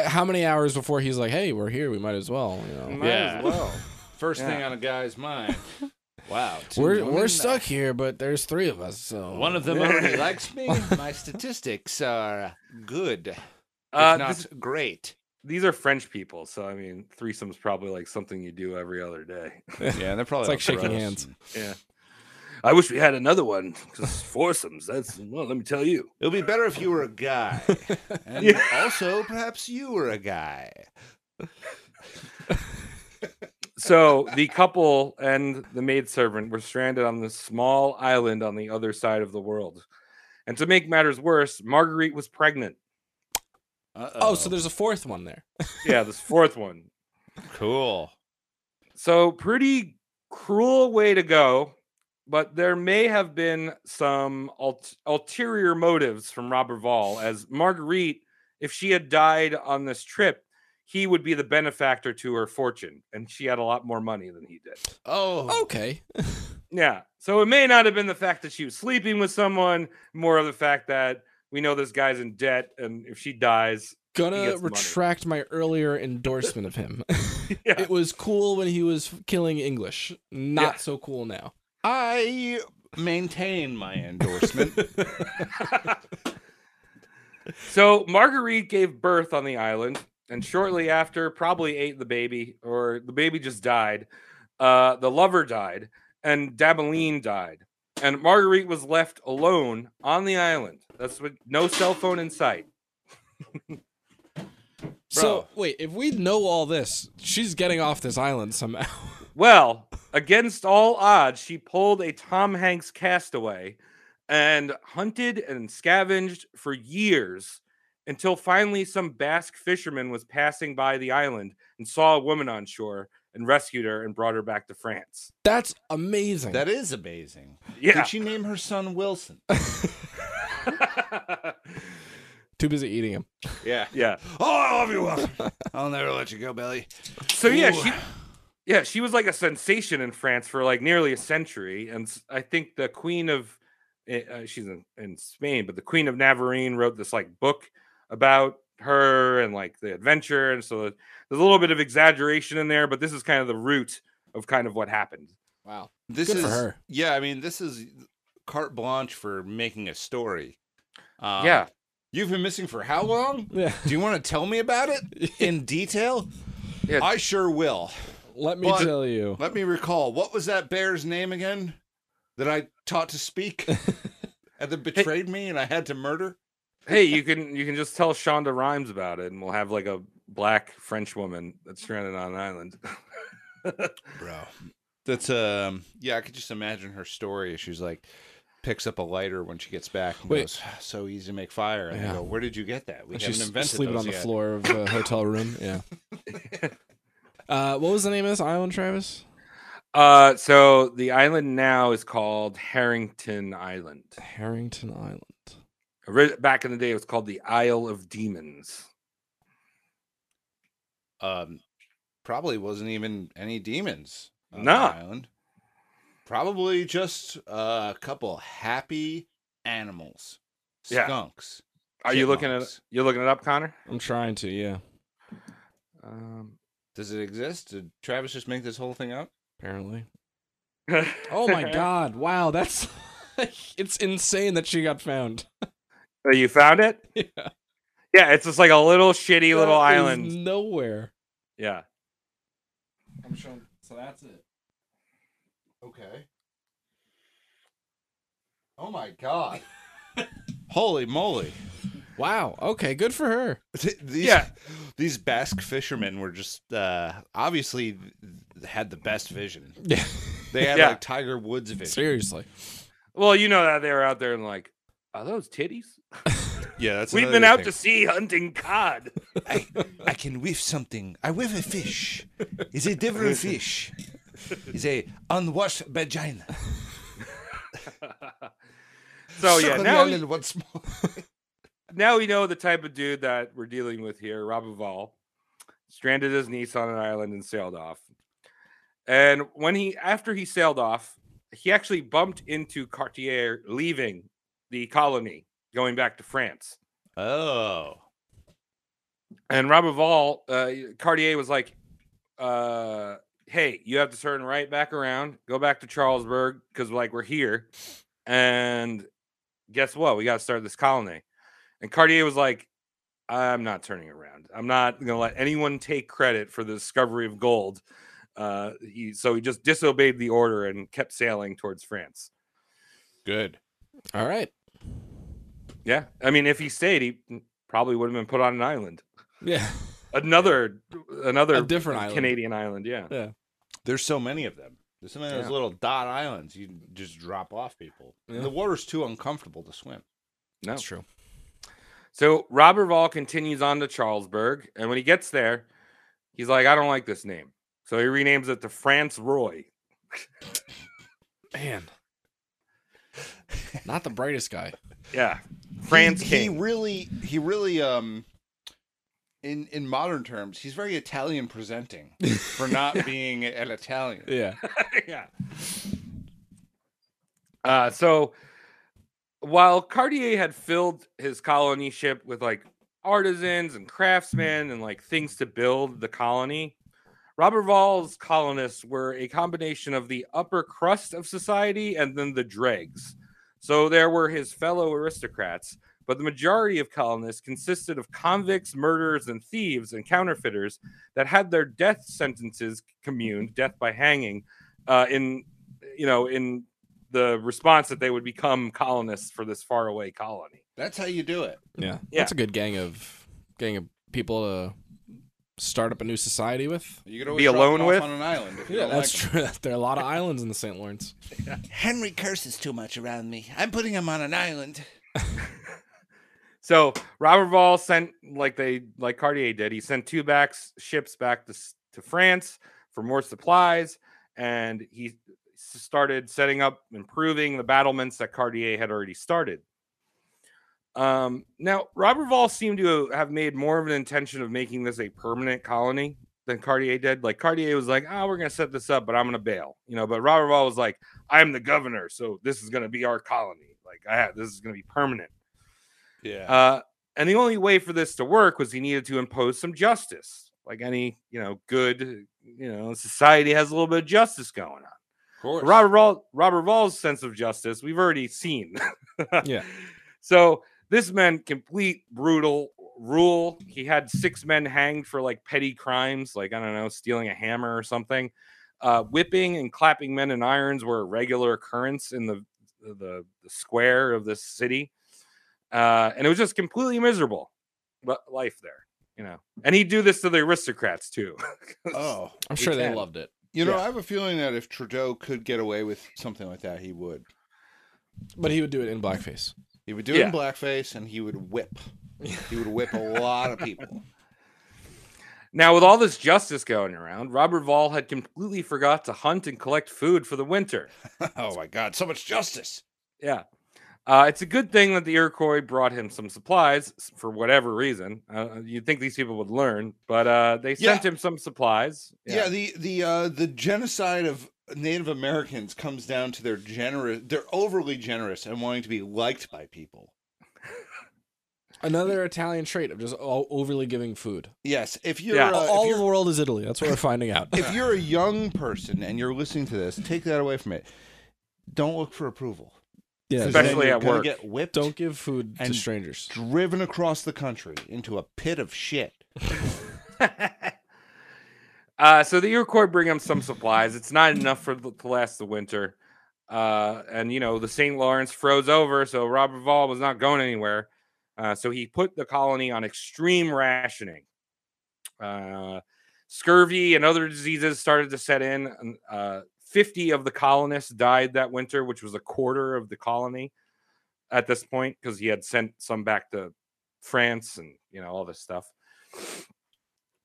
How many hours before he's like, "Hey, we're here. We might as well." You know.
Might as
Oh, Yeah.
well.
First thing
Yeah.
on a guy's mind. Wow, two
We're
women uh,
we're
that-
stuck here, but there's three of us. So
One of them
Nobody
already likes.
likes me. My statistics are good, if
Uh,
not
this-
great.
these are French people, so I mean, threesome's probably like something you do every other day.
Yeah, they're probably
It's like all shaking gross hands.
Yeah. I wish we had another one because foursomes. That's well. Let me tell you.
It would be better if you were a guy, and
Yeah.
also perhaps you were a guy.
So the couple and the maidservant were stranded on this small island on the other side of the world, and to make matters worse, Marguerite was pregnant.
Oh, so there's a fourth one there.
Yeah, this fourth one.
cool.
So, pretty cruel way to go, but there may have been some ult- ulterior motives from Robert Vall, as Marguerite, if she had died on this trip, he would be the benefactor to her fortune, and she had a lot more money than he did.
Oh,
Okay.
Yeah. So, it may not have been the fact that she was sleeping with someone, more of the fact that we know this guy's in debt, and if she dies, He
Gonna
gets money.
retract my earlier endorsement of him.
yeah.
it was cool when he was killing English. Not
Yeah.
so cool now.
I maintain my endorsement.
so Marguerite gave birth on the island, and shortly after, probably ate the baby, or the baby just died. Uh, the lover died, and Dameline died, and Marguerite was left alone on the island. That's with no cell phone in sight.
So wait, if we know all this, she's getting off this island somehow.
Well, against all odds, she pulled a Tom Hanks castaway and hunted and scavenged for years until finally some Basque fisherman was passing by the island and saw a woman on shore and rescued her and brought her back to France.
That's amazing.
that is amazing.
Yeah.
Did she name her son Wilson?
Too busy eating him.
yeah.
yeah.
Oh, I love you, Wilson. I'll never let you go, Billy.
So yeah,
Ooh.
she yeah, she was like a sensation in France for like nearly a century, and s- I think the Queen of eh, uh, she's in, in Spain, but the Queen of Navarine wrote this like book about her and like the adventure, and so there's a little bit of exaggeration in there, but this is kind of the root of kind of what happened.
Wow.
This
Good
is
for her.
yeah. I mean, this is carte blanche for making a story. Um,
yeah,
you've been missing for how long?
Yeah.
Do you want to tell me about it in detail?
Yeah.
I sure will.
Let me
But-
tell you.
Let me recall. What was that bear's name again that I taught to speak and then betrayed me and I had to murder?
hey, you can you can just tell Shonda Rhimes about it, and we'll have like a black French woman that's stranded on an island.
Bro. That's um yeah, I could just imagine her story. She's like, picks up a lighter when she gets back and
Wait.
goes, "Ah, so easy to make fire. And
Yeah.
I go, where did you get that? We haven't
She's
invented
sleeping
those
on the
yet."
floor of a hotel room. Yeah. uh, what was the name of this island, Travis?
Uh, so the island now is called Harrington Island.
Harrington Island.
Ori- Back in the day, it was called the Isle of Demons.
Um, probably wasn't even any demons on
Nah.
the island. Probably just uh, a couple happy animals,
Yeah.
skunks.
Are you looking at
Chipmunks.
you're looking it up, Connor?
I'm trying to. Yeah.
Um,
Does it exist? Did Travis just make this whole thing up?
Apparently. Oh my God! Wow, that's it's insane that she got found.
Oh, you found it?
Yeah.
Yeah, it's just like a little shitty little
That is
island.
nowhere.
Yeah.
I'm showing. So that's it.
Okay. Oh my god. Holy moly.
Wow. Okay. Good for her.
Th- These,
Yeah.
these Basque fishermen were just uh, obviously th- had the best vision.
Yeah.
They had
Yeah.
like Tiger Woods vision.
Seriously.
Well, you know that they were out there and like, are those titties?
Yeah, that's
We've been out to sea hunting cod.
I, I can whiff something. I whiff a fish. It's a different fish. It's a unwashed vagina.
so yeah, now we,
once more.
now we know the type of dude that we're dealing with here. Robival stranded his niece on an island and sailed off. And when he after he sailed off, he actually bumped into Cartier leaving the colony, going back to France.
Oh,
And Robival, uh, Cartier was like, uh, "Hey, you have to turn right back around, go back to Charlesburg, because like we're here, and guess what? We got to start this colony." And Cartier was like, "I'm not turning around. I'm not gonna let anyone take credit for the discovery of gold." Uh, he, so he just disobeyed the order and kept sailing towards France.
good.
All right.
Yeah, I mean, if he stayed, he probably would have been put on an island,
Yeah.
another, another
A different island.
Canadian island. Yeah.
There's so many of them. There's so many of those
Yeah.
little dot islands. You can just drop off people. And
Yeah.
The water's too uncomfortable to swim.
No.
That's true.
So Robert Vall continues on to Charlesburg, and when he gets there, he's like, I don't like this name. So he renames it to France Roy.
Man. Not the brightest guy.
Yeah. France
he, he
King.
really, he really, um, in in modern terms, he's very Italian presenting for not being an Italian.
Yeah.
yeah. Uh, so while Cartier had filled his colony ship with like artisans and craftsmen and like things to build the colony, Robert Vall's colonists were a combination of the upper crust of society and then the dregs. So there were his fellow aristocrats, but the majority of colonists consisted of convicts, murderers, and thieves and counterfeiters that had their death sentences communed, death by hanging, uh, in you know in the response that they would become colonists for this faraway colony.
That's how you do it.
Yeah.
Yeah.
That's a good gang of gang of people to start up a new society with.
You could always
Be
drop
alone
them off
with?
on an island. If you don't
that's
like 'em.
true. There are a lot of islands in the St. Lawrence.
Henry curses too much around me. I'm putting him on an island.
So Robert Vall sent like they like Cartier did. He sent two backs ships back to s- to France for more supplies, and he s- started setting up, improving the battlements that Cartier had already started. Um, now Robert Vall seemed to have made more of an intention of making this a permanent colony than Cartier did. Like Cartier was like, "Oh, we're gonna set this up, but I'm gonna bail," you know. But Robert Vall was like, "I'm the governor, so this is gonna be our colony. Like, I have this is gonna be permanent."
Yeah.
Uh, and the only way for this to work was he needed to impose some justice, like any you know good you know society has a little bit of justice going on.
of course.
Robert Val- Robert Vall's sense of justice we've already seen.
Yeah.
So this meant complete brutal rule. He had six men hanged for like petty crimes, like I don't know, stealing a hammer or something. Uh, whipping and clapping men in irons were a regular occurrence in the the, the square of this city, uh, and it was just completely miserable li- life there. You know, and he'd do this to the aristocrats too.
Oh,
I'm sure they
can.
loved it.
you know,
Yeah.
I have a feeling that if Trudeau could get away with something like that, he would.
But he would do it in blackface.
He would do it in blackface and he would whip. He would whip a lot of people.
Now, with all this justice going around, Robert Vall had completely forgot to hunt and collect food for the winter.
oh my God, so much justice.
Yeah. Uh, it's a good thing that the Iroquois brought him some supplies s- for whatever reason. Uh, you'd think these people would learn, but uh, they sent him some supplies.
Yeah, the the uh, the genocide of Native Americans comes down to their generous, they're overly generous and wanting to be liked by people.
Another Italian trait of just o- overly giving food.
Yes, if you're,
Yeah.
uh, if
All
you're
of the world is Italy. That's what we're finding out.
if you're a young person and you're listening to this, take that away from it. Don't look for approval. 'Cause then
Especially
you're
at
gonna
work.
Get whipped,
Don't give food to
And-
strangers.
driven across the country into a pit of shit.
uh, so the Iroquois bring him some supplies. It's not enough for the, to last the winter. Uh, and you know the St. Lawrence froze over, so Robert Vall was not going anywhere. Uh, so he put the colony on extreme rationing. Uh, scurvy and other diseases started to set in. and, Uh, Fifty of the colonists died that winter, which was a quarter of the colony at this point, because he had sent some back to France and you know all this stuff.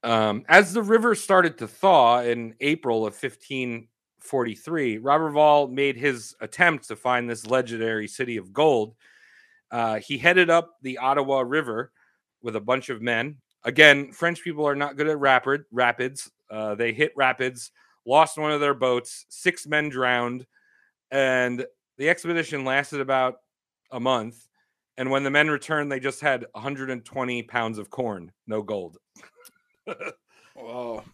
Um, as the river started to thaw in April of 1543, Robert Vall made his attempt to find this legendary city of gold. Uh, he headed up the Ottawa River with a bunch of men. Again, French people are not good at rapid rapids. Uh, they hit rapids, lost one of their boats, six men drowned, and the expedition lasted about a month. And when the men returned, they just had 120 pounds of corn, no gold.
Oh.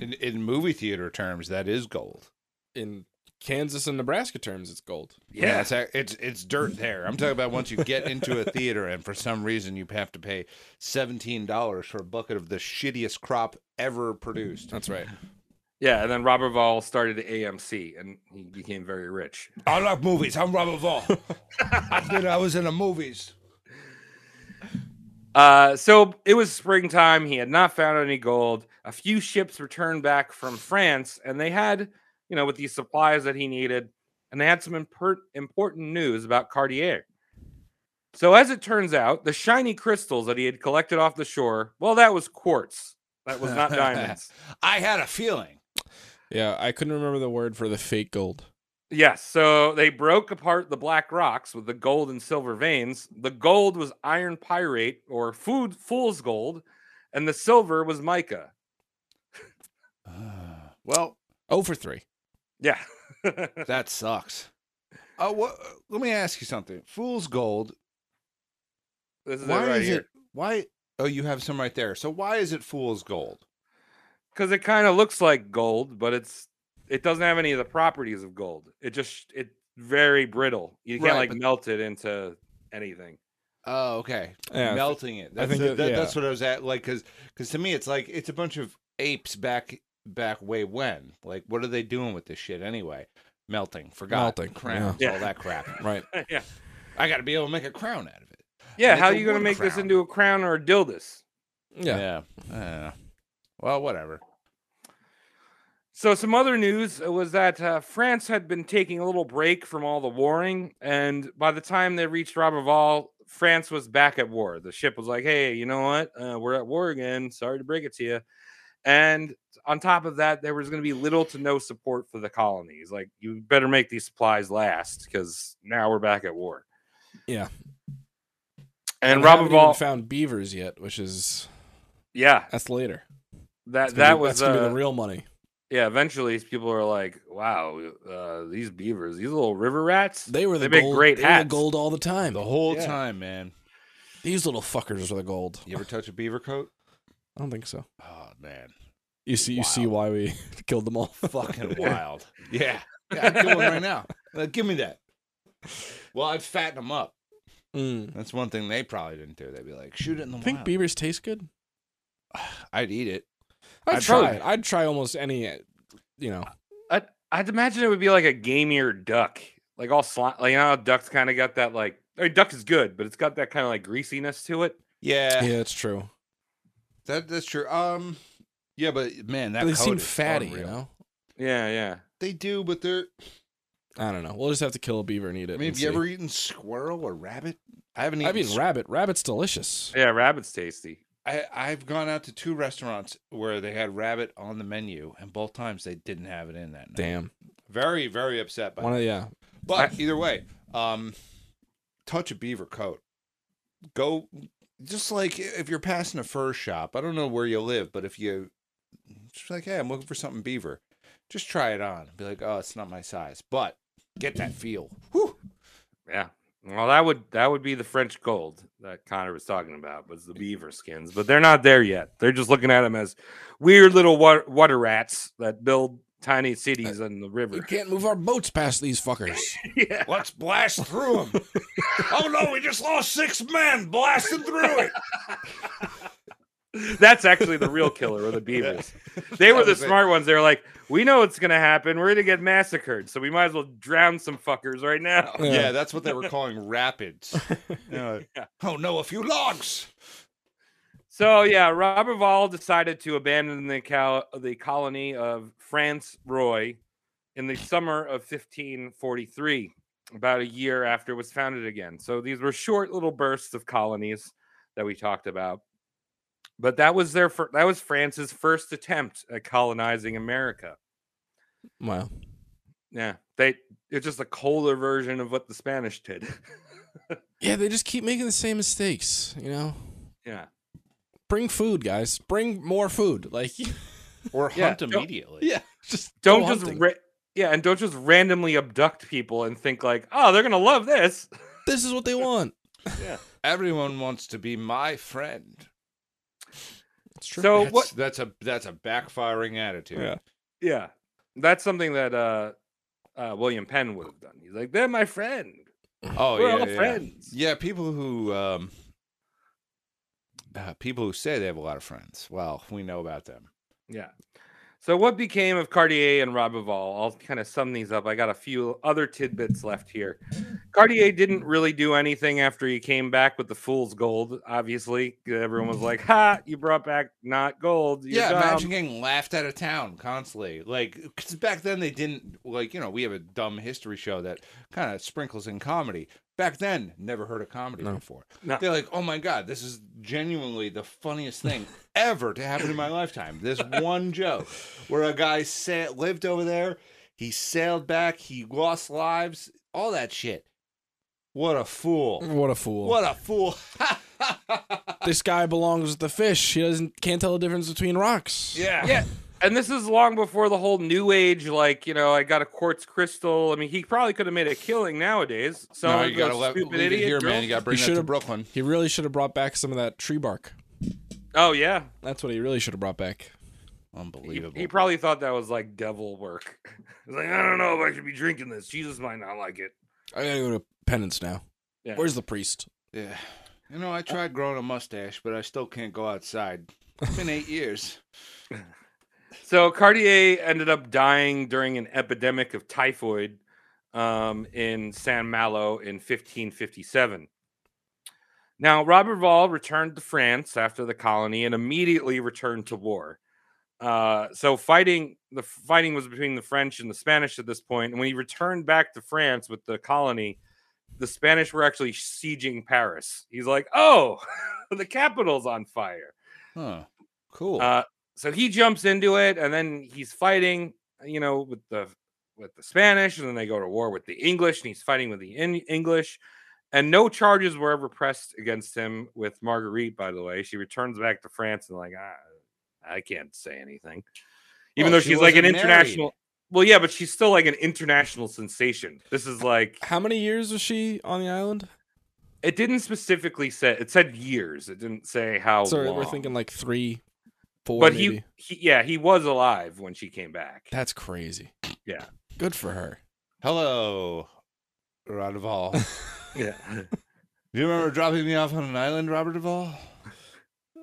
In, in movie theater terms, that is gold.
In Kansas and Nebraska terms, it's gold.
Yeah, it's ac- it's it's dirt there. I'm talking about once you get into a theater and for some reason you have to pay seventeen dollars for a bucket of the shittiest crop ever produced.
That's right.
Yeah, and then Robert Vall started the AMC, and he became very rich.
I love movies. I'm Robert Vaughn. I did. I was in the movies.
Uh, so it was springtime. He had not found any gold. A few ships returned back from France, and they had, you know, with these supplies that he needed, and they had some impor- important news about Cartier. So as it turns out, the shiny crystals that he had collected off the shore, well, that was quartz. That was not diamonds.
I had a feeling.
Yeah, I couldn't remember the word for the fake gold.
Yes. So they broke apart the black rocks with the gold and silver veins. The gold was iron pyrite or food fool's gold, and the silver was mica.
Ah. well,
Oh for three.
Yeah.
that sucks. Uh, what, let me ask you something. Fool's gold.
this is
Why
it right
is
here.
it? Why? Oh, you have some right there. So why is it fool's gold?
Because it kind of looks like gold, but it's it doesn't have any of the properties of gold. It just it's very brittle. You can't
Right,
like
but-
melt it into anything.
Oh, okay.
Yeah,
melting it. That's,
think
the-
it-
that-
yeah.
that's what I was at. Like, because to me, it's like it's a bunch of apes back back way when. Like, what are they doing with this shit anyway? Melting, forgot
Melting,
crowns,
yeah.
all that crap.
Right.
yeah.
I got to be able to make a crown out of it.
Yeah.
Make
How
a
are you gonna
wood
make this
crown.
into a crown or a dildus?
Yeah.
I don't know. Well, whatever.
So some other news was that uh, France had been taking a little break from all the warring, and by the time they reached Roberval, France was back at war. The ship was like, "Hey, you know what? Uh, we're at war again. Sorry to break it to you." And on top of that, there was going to be little to no support for the colonies. Like, you better make these supplies last because now we're back at war.
Yeah.
And
we haven't even
Roberval,
found beavers yet, which is
yeah,
that's later. That's
that
gonna
that
be-
was
that's gonna be
uh,
the real money.
yeah. Eventually, people are like, "Wow, uh, these beavers, these little river rats."
They were the
they make
gold.
great
they were the
hats.
gold all the time.
The whole
Yeah.
time, man.
These little fuckers were the gold.
You ever touch a beaver coat?
I don't think so.
Oh man,
You see, you see why we killed them all.
fucking wild. Yeah, yeah. I'm doing right now. Uh, give me that. Well, I'd fatten them up.
Mm.
That's one thing they probably didn't do. They'd be like, shoot it in the
Think
wild.
beavers taste good?
I'd eat it.
I'd,
I'd
try
probably-
it. I'd try almost any. uh, You know,
I'd, I'd imagine it would be like a gamier duck, like all slot. Like you know, how ducks kind of got that like. I mean, duck is good, but it's got that kind of like greasiness to it.
Yeah,
yeah, it's true.
That that's true. Um, yeah, but man, that
But they
coat
seem
is
fatty, you
unreal.
know.
Yeah, yeah.
They do, but they're
I don't know. We'll just have to kill a beaver and eat it.
I mean,
and
have you
see.
ever eaten squirrel or rabbit? I haven't eaten.
I've eaten
squ-
rabbit. Rabbit's delicious.
Yeah, rabbit's tasty.
I, I've gone out to two restaurants where they had rabbit on the menu, and both times they didn't have it in that night.
Damn.
Very, very upset by
One
that.
of yeah.
But either way, um, touch a beaver coat. Go, just like if you're passing a fur shop. I don't know where you live, but if you just like, hey, I'm looking for something beaver, just try it on. Be like, oh, it's not my size, but get that feel. Whew.
Yeah. Well, that would that would be the French gold that Connor was talking about was the beaver skins, but they're not there yet. They're just looking at them as weird little water, water rats that build tiny cities on the
We
river.
can't move our boats past these fuckers.
yeah.
Let's blast through them. oh no, we just lost six men blasting through it.
That's actually the real killer were the beavers. They were
That
the
was it.
smart ones. They were like, we know what's gonna happen. We're gonna get massacred, so we might as well drown some fuckers right now.
Yeah.
Yeah, that's what they were calling rapids. Yeah. Oh no, a few logs.
So yeah, Robert Vall decided to abandon the cal- the colony of France Roy in the summer of 1543, about a year after it was founded again. So these were short little bursts of colonies that we talked about. But that was their fir- that was France's first attempt at colonizing America.
Wow.
Yeah, they it's just a colder version of what the Spanish did.
Yeah, they just keep making the same mistakes. You know,
yeah.
bring food, guys. Bring more food. Like,
Or
Yeah,
hunt
don't-
immediately.
yeah, just go
don't just
hunting.
ra- yeah, and don't just randomly abduct people and think like, oh, they're gonna love this.
this is what they want.
Everyone wants to be my friend.
It's true.
So
That's,
what?
That's a that's a backfiring attitude.
Yeah.
Yeah, that's something that uh, uh William Penn would have done. He's like, they're my friend.
Oh
We're
yeah,
all
yeah.
friends.
Yeah, people who um, uh, people who say they have a lot of friends. Well, we know about them.
Yeah. So what became of Cartier and Roberval? I'll kind of sum these up. I got a few other tidbits left here. Cartier didn't really do anything after he came back with the fool's gold. Obviously, everyone was like, "Ha! You brought back not gold." you're
yeah,
dumb."
imagine getting laughed out of town constantly. Like, 'cause back then they didn't like you know we have a dumb history show that kind of sprinkles in comedy. Back then, never heard of comedy
No.
before.
No.
They're like, oh my god, this is genuinely the funniest thing ever to happen in my lifetime. This one joke where a guy sa- lived over there, he sailed back, he lost lives, all that shit. What a fool!
what a fool.
What a fool!
This guy belongs with the fish. He doesn't can't tell the difference between rocks.
yeah,
Yeah. And this is long before the whole new age, like, you know, I got a quartz crystal. I mean, he probably could have made a killing nowadays. So
No, you gotta let,
stupid idiot
leave it here,
girls-
man. You gotta bring
You
that to
should've-
Brooklyn.
He really should have brought back some of that tree bark.
Oh yeah.
That's what he really should have brought back.
He,
Unbelievable.
he probably thought that was like devil work. He's like, I don't know if I should be drinking this. Jesus might not like it.
I gotta go to penance now.
Yeah.
Where's the priest?
yeah. You know, I tried growing a mustache, but I still can't go outside. It's been eight years.
So Cartier ended up dying during an epidemic of typhoid um, in San Malo in 1557. Now, Robert Vall returned to France after the colony and immediately returned to war. Uh, so fighting the fighting was between the French and the Spanish at this point, And when he returned back to France with the colony, the Spanish were actually sieging Paris. He's like, "Oh, the capital's on fire."
Huh. Cool.
Uh, so he jumps into it, and then he's fighting, you know, with the with the Spanish, and then they go to war with the English, and he's fighting with the in- English, and no charges were ever pressed against him. With Marguerite, by the way, she returns back to France and like, "Ah, I, I can't say anything, even
Well,
though
she
she's like an
wasn't married.
international. Well, yeah, but she's still like an international sensation. This is like
How many years was she on the island?
it didn't specifically say it said years. It didn't say how.
Sorry, we're
long.
thinking like three, four.
but
maybe.
he, he, yeah, he was alive when she came back.
That's crazy.
Yeah.
Good for her.
Hello, Robert Duvall. Do
Yeah.
you remember dropping me off on an island, Robert Duvall?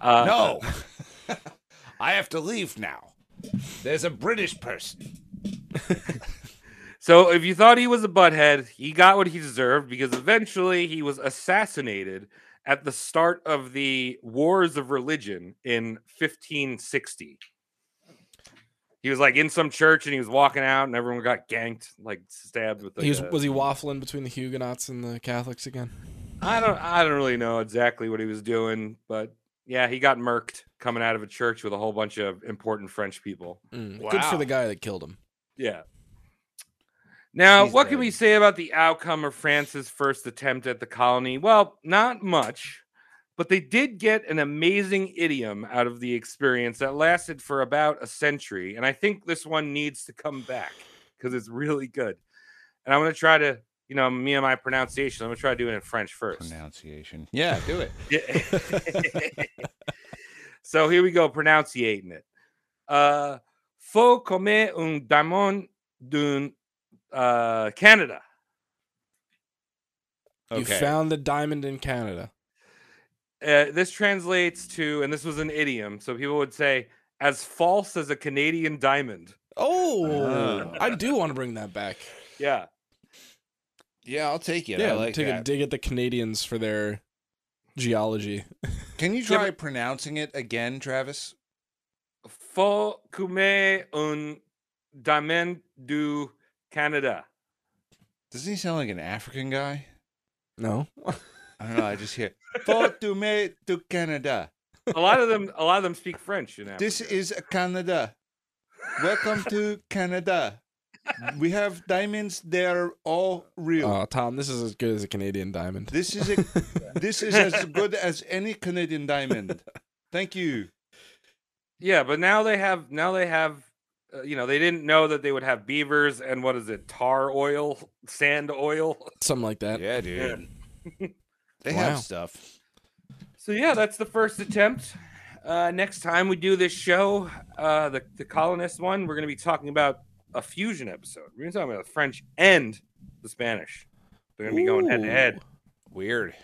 Uh,
no. I have to leave now. There's a British person.
So if you thought he was a butthead, he got what he deserved because eventually he was assassinated at the start of the Wars of Religion in 1560. He was like in some church and he was walking out and everyone got ganked, like stabbed with. Like,
he was
a-
was he waffling between the Huguenots and the Catholics again?
I don't. I don't really know exactly what he was doing, but yeah, he got murked coming out of a church with a whole bunch of important French people.
Mm, Good for
Wow.
the guy that killed him.
Yeah. Now,
He's
what can we
dead.
say about the outcome of France's first attempt at the colony? Well, not much, but they did get an amazing idiom out of the experience that lasted for about a century. And I think this one needs to come back because it's really good. And I'm going to try to, you know, me and my pronunciation, I'm going to try doing it in French first.
Pronunciation. Yeah, do it.
Yeah. so here we go, pronunciating it. Uh, faut comme un diamant d'un uh, Canada.
You found the diamond in Canada.
Uh, this translates to, and this was an idiom, so people would say, as false as a Canadian diamond.
Oh,
Oh.
I do want to bring that back.
Yeah.
Yeah, I'll take it. I like
take a
that.
dig at the Canadians for their geology.
Can you
Yeah,
try pronouncing it again, Travis?
Faut comme un diamant du Canada.
Doesn't he sound like an African guy?
No,
I don't know. I just hear "Faut du mai du Canada."
A lot of them, a lot of them speak French. In
This
Africa.
is Canada. Welcome to Canada. We have diamonds. They're all real.
oh, Tom, this is as good as a Canadian diamond.
This is a, this is as good as any Canadian diamond. Thank you.
Yeah, but now they have now they have uh, you know, they didn't know that they would have beavers and what is it? Tar oil, sand oil.
Something like that.
yeah,
Yeah.
dude.
They
Wow.
have stuff.
So yeah, that's the first attempt. Uh next time we do this show, uh the the colonist one, we're going to be talking about a fusion episode. We're going to talk about the French and the Spanish. They're going to be going head to head.
Ooh.
Weird.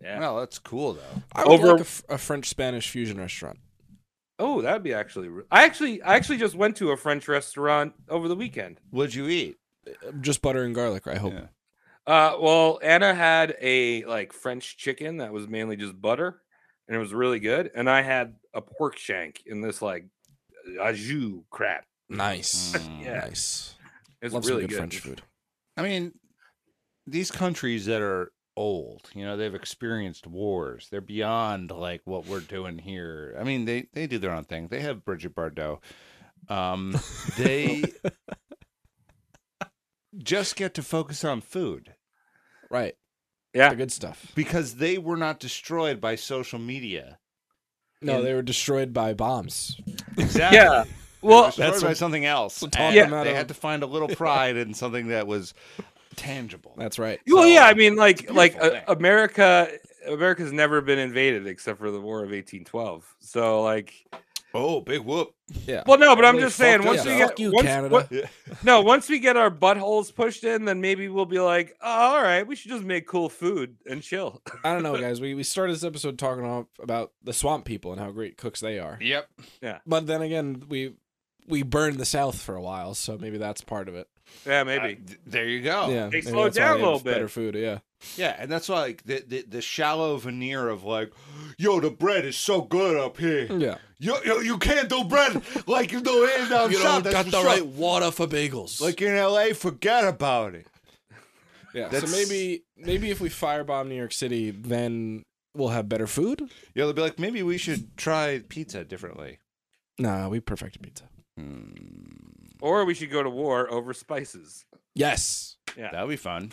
Yeah.
Well, that's cool though.
I would
Over-
like a, f- a French Spanish fusion restaurant.
Oh, that'd be actually re- I actually I actually just went to a French restaurant over the weekend.
What'd you eat?
Just butter and garlic. I hope.
Yeah.
Uh, well, Anna had a like French chicken that was mainly just butter, and it was really good. And I had a pork shank in this like au jus crap.
Nice.
Mm.
Yeah.
Nice.
It's
Love some
really
good
good.
French food.
I mean, these countries that are old, you know, they've experienced wars. They're beyond like what we're doing here. I mean, they they do their own thing. They have Bridget Bardot. Um, they just get to focus on food
Right.
Yeah.
The good stuff.
because they were not destroyed by social media.
No, they were destroyed by bombs.
Exactly.
Yeah.
They were
Well,
destroyed
That's
by
what-
something else.
what taught
And
them how
they
to-
had to find a little pride in something that was tangible.
That's right.
well, yeah.
so
I mean, like, like
beautiful
uh,
thing.
America, America's never been invaded except for the War of 1812. So, like,
Oh, big whoop!
Yeah.
well, no, but I'm
Really
just saying,
fucked
once
us
we
up.
get
Fuck you,
once-
Canada.
what- no, once we get our buttholes pushed in, then maybe we'll be like, oh, all right, we should just make cool food and chill.
I don't know, guys. We we started this episode talking all about the swamp people and how great cooks they are.
Yep.
But then again, we we burned the South for a while, so maybe that's part of it.
yeah,
Uh,
maybe.
th- there you go.
yeah,
Oh, they
maybe
slowed
that's why
down a
they have
little bit.
Better food, yeah.
Yeah, and that's why like the, the the shallow veneer of like, yo, the bread is so good up
Mm.
here.
Yeah,
Yo, yo you can't do bread like you do here down south. That's for sure.
water for bagels.
Like in L.A., forget about it.
yeah.
that's-
So maybe maybe if we firebomb New York City, then we'll have better food.
Yo, they'll be like, maybe we should try pizza differently. Hmm,
Nah, we perfected pizza.
Or we should go to war over spices.
Yes,
That'd be fun.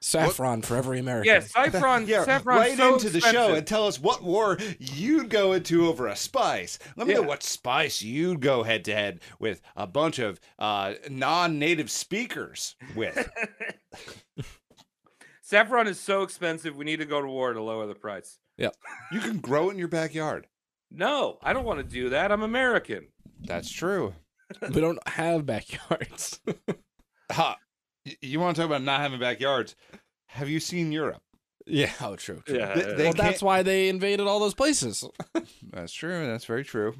saffron for every American.
Yeah, saffron.
Yeah,
saffron's
right
so
into the show
expensive.
and tell us what war you'd go into over a spice. Let me know
Yeah.
what spice you'd go head to head with a bunch of uh, non-native speakers with.
saffron is so expensive. We need to go to war to lower the price.
you can grow it in your backyard.
No, I don't want to do that. I'm American.
That's true.
we don't have backyards.
Ha. Y- You want to talk about not having backyards? Have you seen Europe?
yeah, oh, true. true.
Yeah,
Uh, Th-
yeah.
they-
Well, that's
can't-
why they invaded all those places.
That's true. That's very true.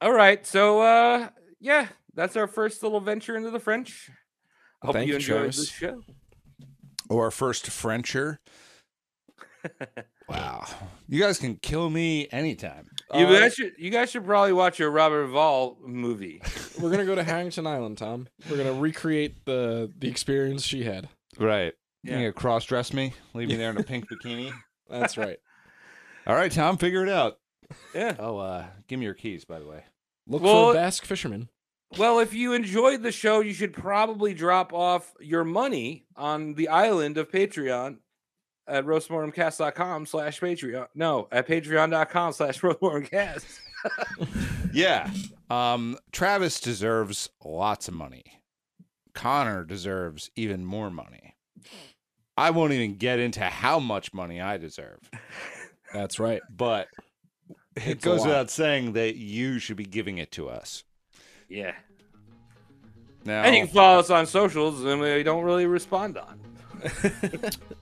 All right. So, uh, yeah, that's our first little venture into the French. Hope
Thank
you
you,
enjoyed
Travis.
this show.
Or our first Frencher. wow. You guys can kill me anytime.
You
Uh,
guys should you guys should probably watch a Robert Vall movie.
We're gonna go to Harrington Island, Tom. We're gonna recreate the the experience she had.
Right.
Yeah.
You cross dress me, leave me there in a pink bikini.
That's right.
All right, Tom, figure it out.
Yeah.
Oh, uh, give me your keys, by the way.
Look
Well-
for Basque fishermen.
Well, if you enjoyed the show, you should probably drop off your money on the island of Patreon at roastmortemcast.com slash Patreon. No, at patreon.com slash roastmortemcast.
Yeah. Um, Travis deserves lots of money. Connor deserves even more money. I won't even get into how much money I deserve,
That's right.
but it
It's a
goes
lot.
without saying that you should be giving it to us.
Yeah.
Now,
And you can follow us on socials and we don't really respond on.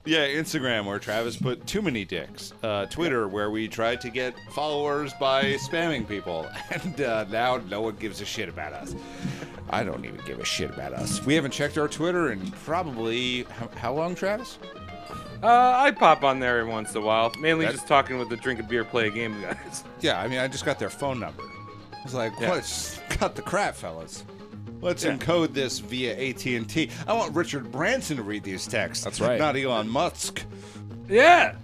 Yeah, Instagram where Travis put too many dicks. Uh, Twitter where we tried to get followers by spamming people, and uh, now no one gives a shit about us. I don't even give a shit about us. We haven't checked our Twitter in probably how, how long, Travis?
Uh, I pop on there every once in a while, mainly
That-
just talking with the drink a beer, play a game guys.
Yeah, I mean, I just got their phone number. I was like,
Yeah.
let's cut the crap, fellas. Let's encode this via AT and T. I want Richard Branson to read these texts.
That's right.
Not Elon Musk.
Yeah.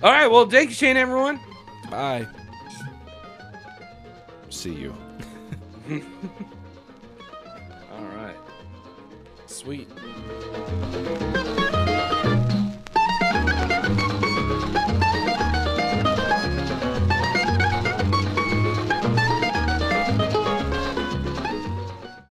All right. Well, Jake Shane, everyone.
Bye.
See you.
All right.
Sweet.